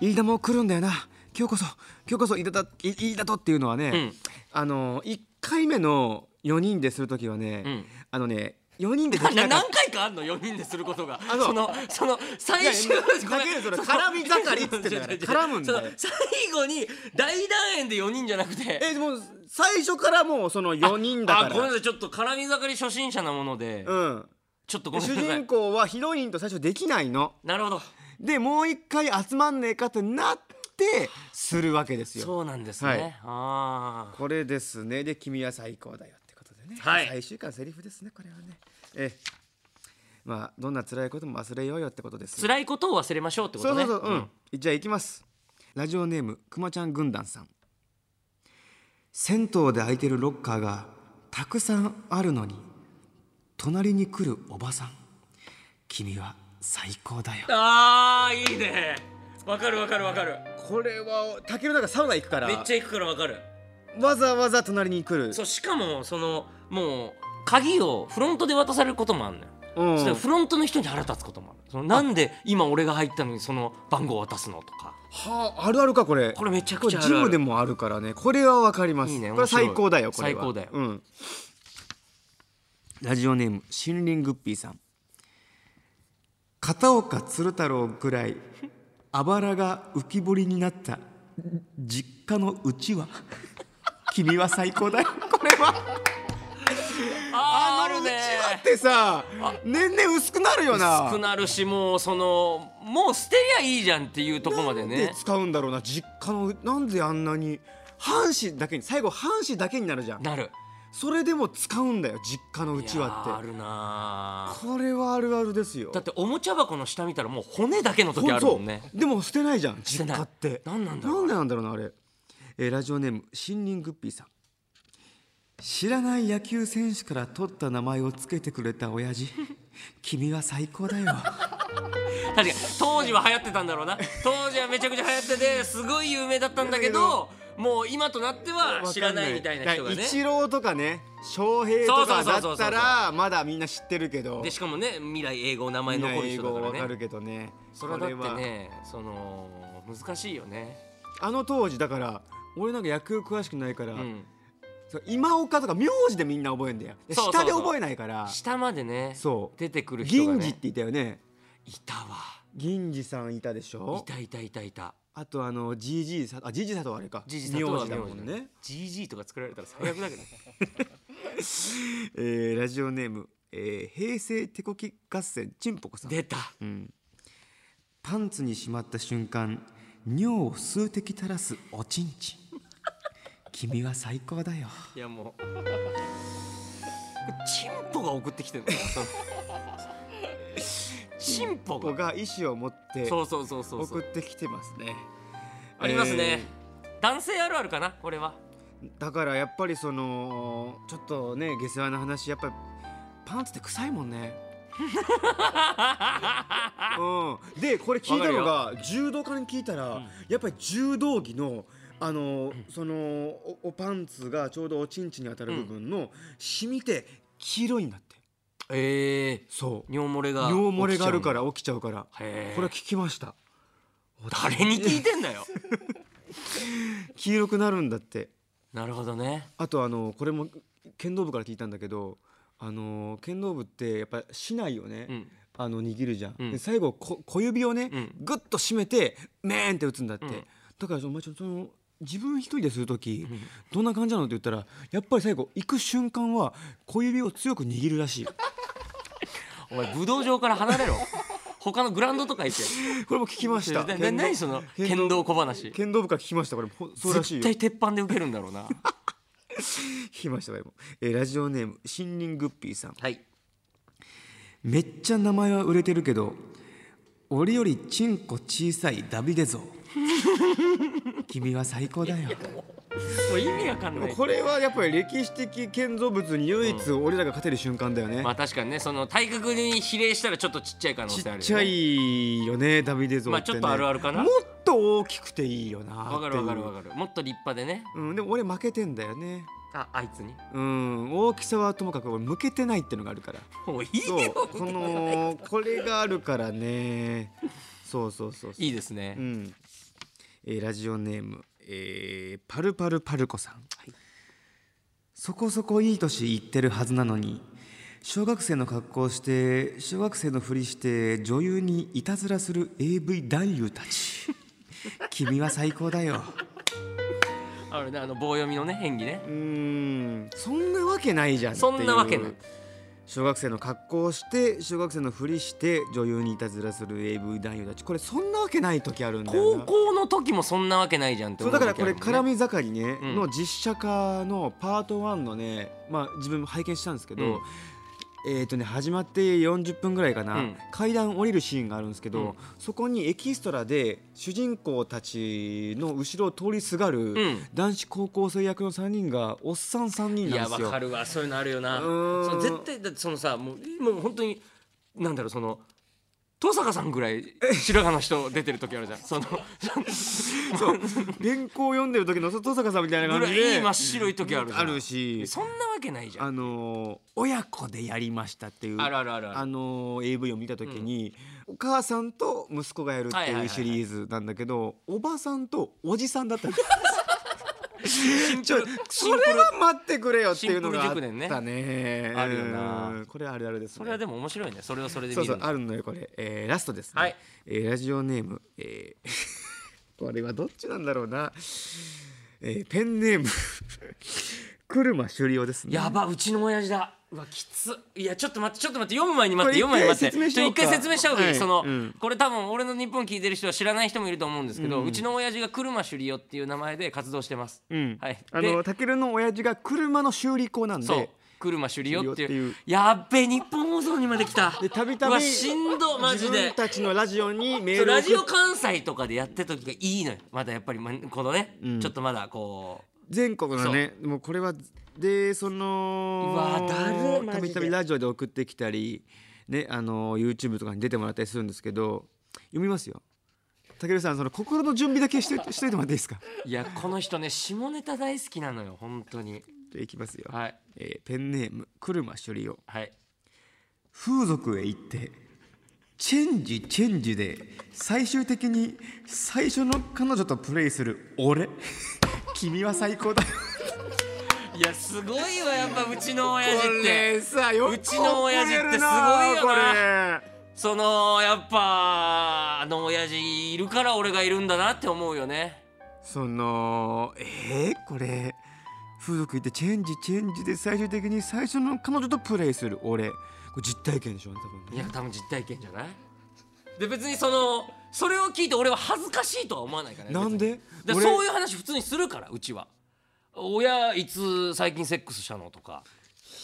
Speaker 3: 飯田も来るんだよな今日こそ今日こそ飯田だい飯田とっていうのはね、
Speaker 2: うん
Speaker 3: あの1回目の4人でする時はね、
Speaker 2: うん
Speaker 3: あのね4人ででき
Speaker 2: な
Speaker 3: なかっ
Speaker 2: 何回かあんの4人ですることが
Speaker 3: あの
Speaker 2: そのその最終
Speaker 3: いやいや
Speaker 2: ごめん
Speaker 3: だけどそれ
Speaker 2: の
Speaker 3: 絡み盛りっつってんだか
Speaker 2: 違う違う
Speaker 3: ら
Speaker 2: 違う
Speaker 3: 絡むんだよ
Speaker 2: その最後に大団円で4人じゃなくて
Speaker 3: たえでも最初からもうその4人だか
Speaker 2: あごめんな
Speaker 3: ら
Speaker 2: さいちょっと絡み盛り初心者なもので、
Speaker 3: うん
Speaker 2: ちょっとご
Speaker 3: で
Speaker 2: めんな
Speaker 3: 主
Speaker 2: さ
Speaker 3: 人
Speaker 2: い
Speaker 3: 公はヒロインと最初できないの
Speaker 2: なるほど
Speaker 3: でもう一回集まんねえかってなってするわけですよ
Speaker 2: そうなんですね、
Speaker 3: はい
Speaker 2: あ
Speaker 3: これですねで君は最高だよってことでね、
Speaker 2: はい
Speaker 3: 最終回のセリフですねこれはねええまあどんな辛いことも忘れようよってことです
Speaker 2: ー辛いことを忘れましょうってこ
Speaker 3: そ
Speaker 2: と
Speaker 3: う
Speaker 2: ね
Speaker 3: そうそう、うん、じゃあ行きますラジオネームくまちゃん軍団さん銭湯で空いてるロッカーがたくさんあるのに隣に来るおばさん君は最高だよ
Speaker 2: ああいいねわかるわかるわかる
Speaker 3: これはたけるなんかサウナ行くから
Speaker 2: めっちゃ行くからわかる
Speaker 3: わざわざ隣に来る
Speaker 2: そうしかもそのもう鍵をフロントで渡されることもあるのよ、
Speaker 3: うん
Speaker 2: そしたらフロントの人に腹立つこともあるそのなんで今俺が入ったのにその番号を渡すのとか
Speaker 3: はああるあるかこれ
Speaker 2: これめちゃくちゃあ
Speaker 3: こ
Speaker 2: る
Speaker 3: れ
Speaker 2: ある
Speaker 3: ジムでもあるからねこれはわかります
Speaker 2: いいね
Speaker 3: これは最高だよこれは
Speaker 2: 面白い最高だよ
Speaker 3: うん、ラジオネーム森林グッピーさん片岡鶴太郎ぐらいあばらが浮き彫りになった実家のうちは君は最高 だよこれは
Speaker 2: あーある
Speaker 3: うち
Speaker 2: ね
Speaker 3: はってさ年々薄くなるよな
Speaker 2: 少なるしもうそのもう捨てりゃいいじゃんっていうとこまで
Speaker 3: なんで
Speaker 2: ね
Speaker 3: 使うんだろうな実家のなんであんなに半紙だけに最後半紙だけになるじゃん
Speaker 2: なる
Speaker 3: それでも使うんだよ実家のう
Speaker 2: い
Speaker 3: ち
Speaker 2: や
Speaker 3: わ
Speaker 2: ーあ
Speaker 3: って
Speaker 2: るなー
Speaker 3: これはあるあるですよ
Speaker 2: だっておもちゃ箱の下見たらもう骨だけの時ある
Speaker 3: そ
Speaker 2: も
Speaker 3: うん
Speaker 2: ね
Speaker 3: でも捨てないじゃん
Speaker 2: 捨て
Speaker 3: 実
Speaker 2: ない
Speaker 3: 家って
Speaker 2: なんなんだろう
Speaker 3: なんでなんだろうなあれ、えーラジオネーム森林グッピーさん知らない野球選手から取った名前をつけてくれた 親父君は最高だよ
Speaker 2: 確かに当時は流行ってたんだろうな当時はめちゃくちゃ流行っててすごい有名だったんだけどもう今となっては 知らないみたいな人がね
Speaker 3: イチローとかね翔平とか
Speaker 2: そうそうそう
Speaker 3: だ
Speaker 2: そうそう
Speaker 3: ったらまだみんな知ってるけど
Speaker 2: でしかもね未来英語名前
Speaker 3: みんな
Speaker 2: 残る
Speaker 3: 英
Speaker 2: 人
Speaker 3: 語
Speaker 2: だ
Speaker 3: わ
Speaker 2: か
Speaker 3: からる
Speaker 2: ね
Speaker 3: けどね
Speaker 2: それはだって
Speaker 3: これは
Speaker 2: ねその難しいよね
Speaker 3: あの当時だから俺なんか野球詳しくないから、
Speaker 2: うん
Speaker 3: そう今岡とか名字でみんな覚えんだよで
Speaker 2: そうそうそう
Speaker 3: 下で覚えないから
Speaker 2: 下までね
Speaker 3: そう
Speaker 2: 出てくる人が
Speaker 3: 銀次っ
Speaker 2: ね
Speaker 3: ていたよね
Speaker 2: いたわ
Speaker 3: 銀次さんいたでしょ
Speaker 2: いたいたいたいた
Speaker 3: あとあの GG さあ GG さとはあれか
Speaker 2: じいじさんとは
Speaker 3: 名字だもんね、
Speaker 2: GG とか作られたら最悪だけどね
Speaker 3: えーラジオネーム、えー平成手こき合戦ちんぽこさん
Speaker 2: 出た
Speaker 3: パンツにしまった瞬間尿を数滴垂らすおちんちん君は最高 だよ
Speaker 2: いやもうチンポが送ってきてるのよそのチンポが
Speaker 3: 僕が意思を持って
Speaker 2: そうそうそうそうそ
Speaker 3: 送
Speaker 2: う
Speaker 3: ってきてますね
Speaker 2: ありますね、男性あるあるかなこれは
Speaker 3: だからやっぱりそのちょっとね下世話な話やっぱりパンツって臭いもん ね。うん、でこれ聞いたのが柔道家に聞いたら、やっぱり柔道着のあのそのおおパンツがちょうどおちんちんに当たる部分の染みて黄色いんだって
Speaker 2: ええ
Speaker 3: そう
Speaker 2: 尿漏れが
Speaker 3: 尿漏れがあるからら起きちゃうからこ
Speaker 2: へえ
Speaker 3: れは聞きました
Speaker 2: 誰に聞いてん だよ
Speaker 3: 黄色くなるんだって
Speaker 2: なるほどね
Speaker 3: あとあのこれも剣道部から聞いたんだけどあの剣道部ってやっぱ竹刀をね、
Speaker 2: うん
Speaker 3: あの握るじゃん、
Speaker 2: うん
Speaker 3: で最後こ小指をね、
Speaker 2: うん
Speaker 3: ぐっと締めてメーンって打つんだって、
Speaker 2: ん
Speaker 3: だからそのお前ちょっとその自分一人でする時、どんな感じなのって言ったらやっぱり最後行く瞬間は小指を強く握る らしい
Speaker 2: お前武道場から離れろ 他のグラウンドとか行って
Speaker 3: これも聞きました
Speaker 2: なな
Speaker 3: 剣道
Speaker 2: 何その剣道小話
Speaker 3: 剣道部から聞きましたこれほそうらしい
Speaker 2: 絶
Speaker 3: よ
Speaker 2: 対鉄板で受けるんだろうな
Speaker 3: きましたわよ、えーラジオネーム森林グッピーさん
Speaker 2: はい
Speaker 4: めっちゃ名前は売れてるけど俺よりチンコ小さいダビデ像 君は最高だよ
Speaker 2: もう意味わかんない
Speaker 3: これはやっぱり歴史的建造物に唯一俺らが勝てる瞬間だよね、
Speaker 2: まあ確かにねその体格に比例したらちょっとちっちゃい可能
Speaker 3: ち
Speaker 2: 性あるよ、
Speaker 3: っ
Speaker 2: ね、
Speaker 3: ちゃいよねダビデ像っ
Speaker 2: ま
Speaker 3: て、ね
Speaker 2: あちょっとあるあるかな
Speaker 3: もっと大きくていいよな
Speaker 2: わかるわかるわ
Speaker 3: か
Speaker 2: かるもっと立派でね
Speaker 3: る、うん、でも俺負けてんだよね
Speaker 2: ああいつに
Speaker 3: うん大きさはともかく俺向けてないってのがあるから
Speaker 2: もう いい
Speaker 3: そう
Speaker 2: よ
Speaker 3: このこれがあるからねそうそうそうそう
Speaker 2: いいですね、
Speaker 3: うんえーラジオネーム、えーパルパルパルコさん、
Speaker 4: そこそこいい年いってるはずなのに小学生の格好をして小学生のふりして女優にいたずらする AV 男優た ち君は最高だよ
Speaker 2: あれねあの棒読みのね演技ね
Speaker 3: うーんそんなわけないじゃんっていう
Speaker 2: そんなわけない
Speaker 3: 小学生の格好をして小学生のふりして女優にいたずらする AV 男優たちこれそんなわけない時あるんだよ
Speaker 2: 高
Speaker 3: な
Speaker 2: 校の時もそんなわけないじゃんって
Speaker 3: そ
Speaker 2: 思
Speaker 3: うだからこれ「
Speaker 2: 時ある
Speaker 3: 絡
Speaker 2: もんね
Speaker 3: み盛りね」
Speaker 2: うん
Speaker 3: の実写化のパート1のねまあ自分も拝見したんですけど、
Speaker 2: うん
Speaker 3: えーとね、始まって40分ぐらいかな、
Speaker 2: うん
Speaker 3: 階段降りるシーンがあるんですけど、
Speaker 2: うん
Speaker 3: そこにエキストラで主人公たちの後ろを通りすがる
Speaker 2: ん
Speaker 3: 男子高校生役の3人がおっさん3人
Speaker 2: い
Speaker 3: な
Speaker 2: や
Speaker 3: んで
Speaker 2: わ
Speaker 3: すよ。
Speaker 2: かるわそういうのあるよな
Speaker 3: うーん
Speaker 2: その絶対だってそのさもうもう本当になんだろうその登坂さんぐらい白髪の人出てる時あるじゃんその
Speaker 3: 原稿を読んでる時の登坂さんみたいな
Speaker 2: ぐ
Speaker 3: 感
Speaker 2: ら
Speaker 3: じ
Speaker 2: い
Speaker 3: で
Speaker 2: 真っ白い時あるじゃん
Speaker 3: あるし
Speaker 2: そんなわけないじゃ
Speaker 3: あ
Speaker 2: ん
Speaker 3: のー親子でやりましたっていう
Speaker 2: あるあるあるある
Speaker 3: あのー AV を見た時に、お母さんと息子がやるって
Speaker 2: はいはい
Speaker 3: い
Speaker 2: は
Speaker 3: う
Speaker 2: い
Speaker 3: シリーズなんだけど、おばさんとおじさん だったんですちょそ
Speaker 2: シンプル
Speaker 3: れは待ってくれよっていうのがあ
Speaker 2: シ
Speaker 3: っ
Speaker 2: ンプル熟
Speaker 3: たね
Speaker 2: あるよな
Speaker 3: うんこれあるあるですね
Speaker 2: それはでも面白いねそれをそれで
Speaker 3: そう
Speaker 2: 見
Speaker 3: そ
Speaker 2: る
Speaker 3: うあるのよこれ、えーラストですね、
Speaker 2: はい
Speaker 3: えーラジオネーム、えー これはどっちなんだろうな、えーペンネーム 車狩猟ですね
Speaker 2: やばうちの親父だうわきついやちょっと待ってちょっと待って読む前に待って
Speaker 3: こ
Speaker 2: 読む
Speaker 3: れ
Speaker 2: 前に待って
Speaker 3: 一回説明し
Speaker 2: ちょ一回説明した方
Speaker 3: ようか
Speaker 2: がいい、
Speaker 3: はい
Speaker 2: その、
Speaker 3: うん
Speaker 2: これ多分俺の日本聞いてる人は知らない人もいると思うんですけど、うちの親父が車修理よっていう名前で活動してます、
Speaker 3: うん
Speaker 2: はい
Speaker 3: あ
Speaker 2: で
Speaker 3: のタケルの親父が車の修理工なん
Speaker 2: そう
Speaker 3: で
Speaker 2: 車修理よって
Speaker 3: 修理
Speaker 2: い
Speaker 3: よ
Speaker 2: う
Speaker 3: って
Speaker 2: やっべ日本放送にまで来た
Speaker 3: でたびた
Speaker 2: うわ
Speaker 3: び
Speaker 2: しんどマジ
Speaker 3: 自
Speaker 2: で
Speaker 3: 分たちのラジオにメ
Speaker 2: そ
Speaker 3: ー
Speaker 2: う
Speaker 3: ルを
Speaker 2: ラジ
Speaker 3: 送っ
Speaker 2: オ関西とかでやってた時がいいのよまだやっぱりまこのね、ちょっとまだこう
Speaker 3: 全国のねもうこれはでその
Speaker 2: うわだるマジで
Speaker 3: たびたびラジオで送ってきたりねあの YouTube とかに出てもらったりするんですけど読みますよタケルさんその心の準備だけしといてしといてもらっていいですか
Speaker 2: いやこの人ね下ネタ大好きなのよ本当に
Speaker 3: じゃあいきますよ、
Speaker 2: はい
Speaker 3: えーペンネーム車処理を
Speaker 2: はい
Speaker 4: 風俗へ行ってチェンジチェンジで最終的に最初の彼女とプレイする俺 君は最高だよ
Speaker 2: いやすごいわやっぱうちの親
Speaker 3: こ
Speaker 2: 父って
Speaker 3: れさよく
Speaker 2: うちの親父ってすごい
Speaker 3: 覚える
Speaker 2: よな
Speaker 3: なこれ
Speaker 2: そのやっぱあの親父いるから俺がいるんだなって思うよね
Speaker 3: そのえー、これ風俗行ってチェンジチェンジで最終的に最初の彼女とプレイする俺これ実体験でしょうね多分
Speaker 2: い
Speaker 3: ね
Speaker 2: や多分実体験じゃないで別にそのそれを聞いて俺は恥ずかしいとは思わないからね
Speaker 3: なんで
Speaker 2: 別に
Speaker 3: 俺
Speaker 2: でそういう話普通にするからうちは親いつ最近セックスしたのとか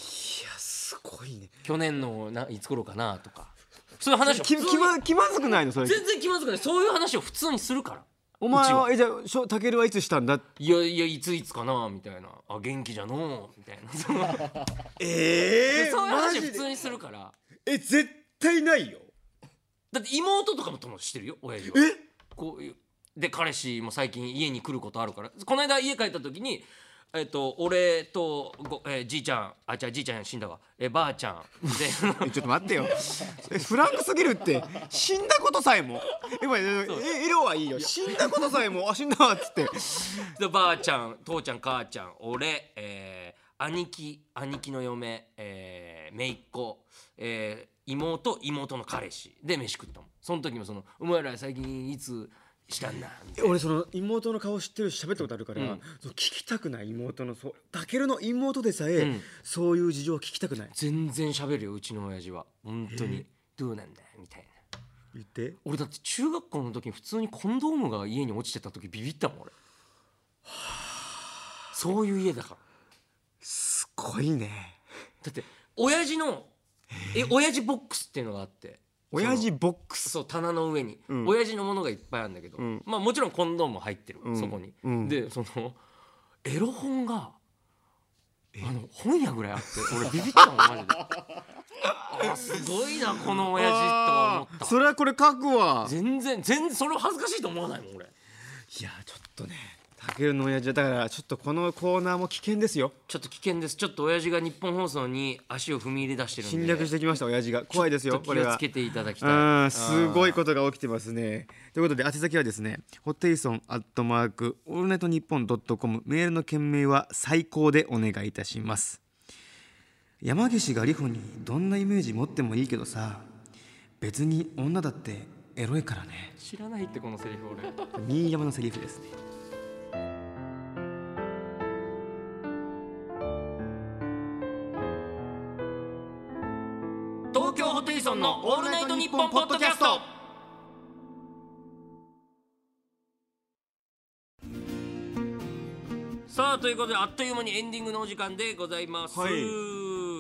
Speaker 3: すごいね
Speaker 2: 去年のないつ頃かなとかそういう話を普通
Speaker 3: き
Speaker 2: に
Speaker 3: 気ま気まずくないのそれ
Speaker 2: 全然気まずくないそういう話を普通にするから
Speaker 3: お前
Speaker 2: うち
Speaker 3: はえじゃあしょタケルはいつしたんだ
Speaker 2: いやいやいついつかなみたいなあ元気じゃのうみたいなその
Speaker 3: え
Speaker 2: そういう話普通にするから
Speaker 3: え絶対ないよ
Speaker 2: だって妹とかもともしてるよ親父はえこういうで彼氏も最近家に来ることあるからこの間家帰った時にえっと俺とご、えーじいちゃんあじゃじいちゃん死んだわえばあちゃんで
Speaker 3: えちょっと待ってよ えフランクすぎるって死んだことさえもえまあええ色はいいよ死んだことさえもあ死んだっつって
Speaker 2: でばあちゃん父ちゃん母ちゃん俺、えー兄貴兄貴の嫁、えー、姪っ子、えー妹妹の彼氏で飯食ったもんその時もその「お前ら最近いつしたんだ」みたいな
Speaker 3: 俺その妹の顔知ってるし喋ったことあるから、その聞きたくない妹のそうタケルの妹でさえ、
Speaker 2: ん
Speaker 3: そういう事情を聞きたくない
Speaker 2: 全然喋るようちの親父は本当に「どうなんだ」みたいな。
Speaker 3: 言って
Speaker 2: 俺だって中学校の時に普通にコンドームが家に落ちてた時ビビったもん俺そういう家だから
Speaker 3: ごいね
Speaker 2: だって親父のえ親父ボックスっていうのがあって
Speaker 3: 親父ボックス
Speaker 2: そう棚の上に、親父のものがいっぱいあるんだけど、まあもちろんコンドームも入ってる、そこに、でそのエロ本があの本屋ぐらいあって俺ビビったもんマジで あすごいなこの親父とは思った
Speaker 3: それはこれ書くわ
Speaker 2: 全然全然それを恥ずかしいと思わないもん俺
Speaker 3: いやちょっとねタケルの親父はだからちょっとこのコーナーも危険ですよ
Speaker 2: ちょっと危険ですちょっと親父が日本放送に足を踏み入れ出してるんで
Speaker 3: 侵略してきました親父が怖いですよ
Speaker 2: ちょ
Speaker 3: こ
Speaker 2: っと
Speaker 3: れ
Speaker 2: 気を
Speaker 3: は
Speaker 2: つけていただきたい
Speaker 3: うんすごいことが起きてますねということで宛先はですね
Speaker 4: ホテイソンアットマークオールナイトニッポンドットコムメールの件名は最高でお願いいたします山岸がリホにどんなイメージ持ってもいいけどさ別に女だってエロいからね
Speaker 2: 知らないってこのセリフ俺
Speaker 4: 新山のセリフですね
Speaker 2: 東京ホテイソンの「オールナイトニッポン」ポッドキャストさあということであっという間にエンディングのお時間でございます、
Speaker 3: はい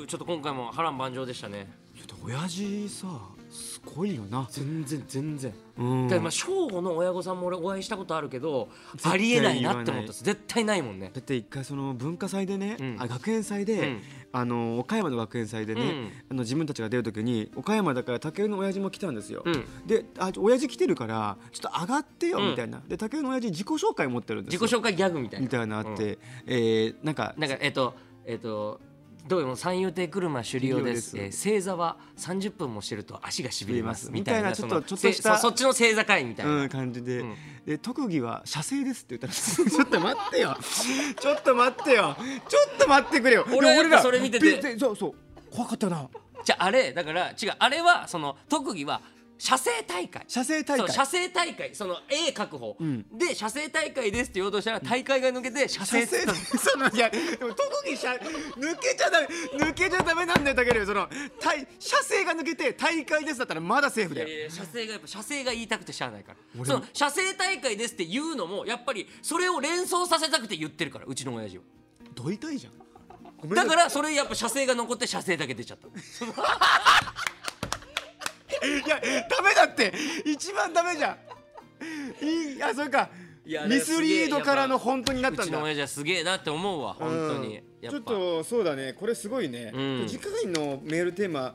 Speaker 2: ちょっと今回も波乱万丈でしたね
Speaker 3: ちょっと親父さすごいよな
Speaker 2: 全然全然
Speaker 3: うん
Speaker 2: だからまあ正吾の親御さんも俺お会いしたことあるけどありえないなって思ったんです絶対ないもんね
Speaker 3: だって一回その文化祭でね、
Speaker 2: うん
Speaker 3: あ学園祭で、
Speaker 2: うん
Speaker 3: あの岡山の学園祭でね、
Speaker 2: うん
Speaker 3: あの自分たちが出る時に岡山だから武雄の親父も来たんですよ、
Speaker 2: うん
Speaker 3: であ「親父来てるからちょっと上がってよ」
Speaker 2: うん
Speaker 3: みたいな、で武雄の親父自己紹介持ってるんです
Speaker 2: 自
Speaker 3: よ
Speaker 2: 己紹介ギャグみたいな
Speaker 3: みたいなのあって、えーなんか
Speaker 2: なんかえっとえっとどうも三遊亭車首里夫です。
Speaker 3: 首里
Speaker 2: えー
Speaker 3: 夫で
Speaker 2: 正座は三十分もしてると足がしびれますみたいな
Speaker 3: みたいな
Speaker 2: その
Speaker 3: ちょっとちょっとした
Speaker 2: せそそっちの正座会みたいな。
Speaker 3: うん、感じで,、
Speaker 2: ん
Speaker 3: で特技は射精ですって言ったら ちょっと待ってよちょっと待ってよちょっと待ってくれよ
Speaker 2: 俺はやっぱ
Speaker 3: でら
Speaker 2: それ見てて
Speaker 3: びっくりそうそう怖かったな
Speaker 2: じゃああれだから違うあれはその特技は射精大会。
Speaker 3: 射精大
Speaker 2: そ
Speaker 3: 会
Speaker 2: う射精大会その A 確保、
Speaker 3: ん
Speaker 2: で射精大会ですって言おうとしたら大会が抜けて射精
Speaker 3: 射
Speaker 2: っつっ
Speaker 3: 精
Speaker 2: た
Speaker 3: そのいやでも特技射抜けちゃダメ抜けちゃダメなんだよだけどその体射精が抜けて大会ですだったらまだセーフだよ
Speaker 2: いやいや射精がやっぱ射精が言いたくてしゃあないから
Speaker 3: 俺
Speaker 2: その射精大会ですって言うのもやっぱりそれを連想させたくて言ってるからうちの親父は
Speaker 3: どいたいじゃんごめんな
Speaker 2: だ
Speaker 3: さい
Speaker 2: からそれやっぱ射精が残って射精だけ出ちゃった
Speaker 3: いやダメだって一番ダメじゃんいいあそれか
Speaker 2: いや
Speaker 3: ミスリードからの本当になった
Speaker 2: うんちの
Speaker 3: だ
Speaker 2: 親父はすげえなって思うわ本当に
Speaker 3: うん
Speaker 2: や
Speaker 3: ちょ
Speaker 2: っ
Speaker 3: っ
Speaker 2: ぱ
Speaker 3: とそうだねこれすごいね、
Speaker 2: うん
Speaker 3: 次回のメールテーマ、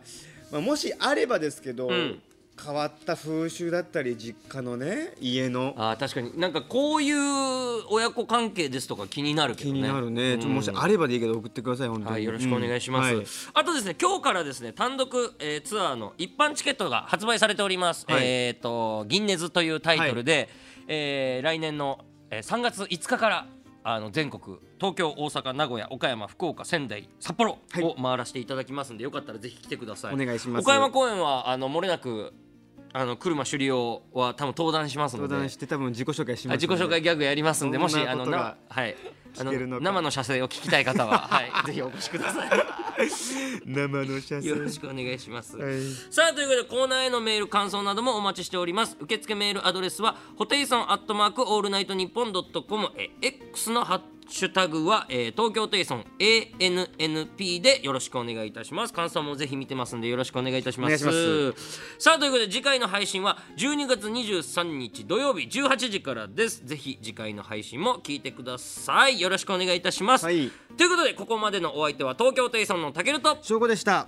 Speaker 3: まあ、もしあればですけど、
Speaker 2: ん
Speaker 3: 変わった風習だったり実家のね家の
Speaker 2: あー確かになんかこういう親子関係ですとか気になるけど
Speaker 3: 気
Speaker 2: ね
Speaker 3: になるね、ちょっともしあればでいいけど送ってください本当に、
Speaker 2: はい、よろしくお願いします、
Speaker 3: うんはい
Speaker 2: あとですね今日からですね単独、えーツアーの一般チケットが発売されております「
Speaker 3: はい
Speaker 2: えー、と銀ネズ」というタイトルで、えー来年の、えー3月5日からあの全国東京大阪名古屋岡山福岡仙台札幌
Speaker 3: はい
Speaker 2: を回らせていただきますんで、よかったらぜひ来てください
Speaker 3: お願いします
Speaker 2: 岡山公演はあの漏れなくあの車首里夫は多分登壇しますの
Speaker 3: 登
Speaker 2: で
Speaker 3: 壇して多分自己紹介し
Speaker 2: あ
Speaker 3: ます
Speaker 2: 自己紹介ギャグやりますんで
Speaker 3: ど
Speaker 2: も
Speaker 3: ん
Speaker 2: し
Speaker 3: な
Speaker 2: あの
Speaker 3: こと
Speaker 2: な
Speaker 3: が
Speaker 2: はいあの
Speaker 3: 聞けるのか
Speaker 2: 生の写生を聞きたい方は、 はい、ぜひお越しください
Speaker 3: 生の写
Speaker 2: よろ
Speaker 3: 真
Speaker 2: しくお願いします、
Speaker 3: はい
Speaker 2: さあということでコーナーへのメール感想などもお待ちしております受付メールアドレスはホテイソンアットマークオールナイトニッポンドットコム X のハッシュタグは、えー東京ホテイソン ANNP でよろしくお願いいたします感想もぜひ見てますんでよろしくお願いいたしま
Speaker 3: お願
Speaker 2: す
Speaker 3: いします
Speaker 2: さあということで次回の配信は12月23日土曜日18時からですぜひ次回の配信も聞いてくださいよろしくお願いいたします、
Speaker 3: はい
Speaker 2: ということでここまでのお相手は東京ホテイソンのたけると
Speaker 3: 証拠でした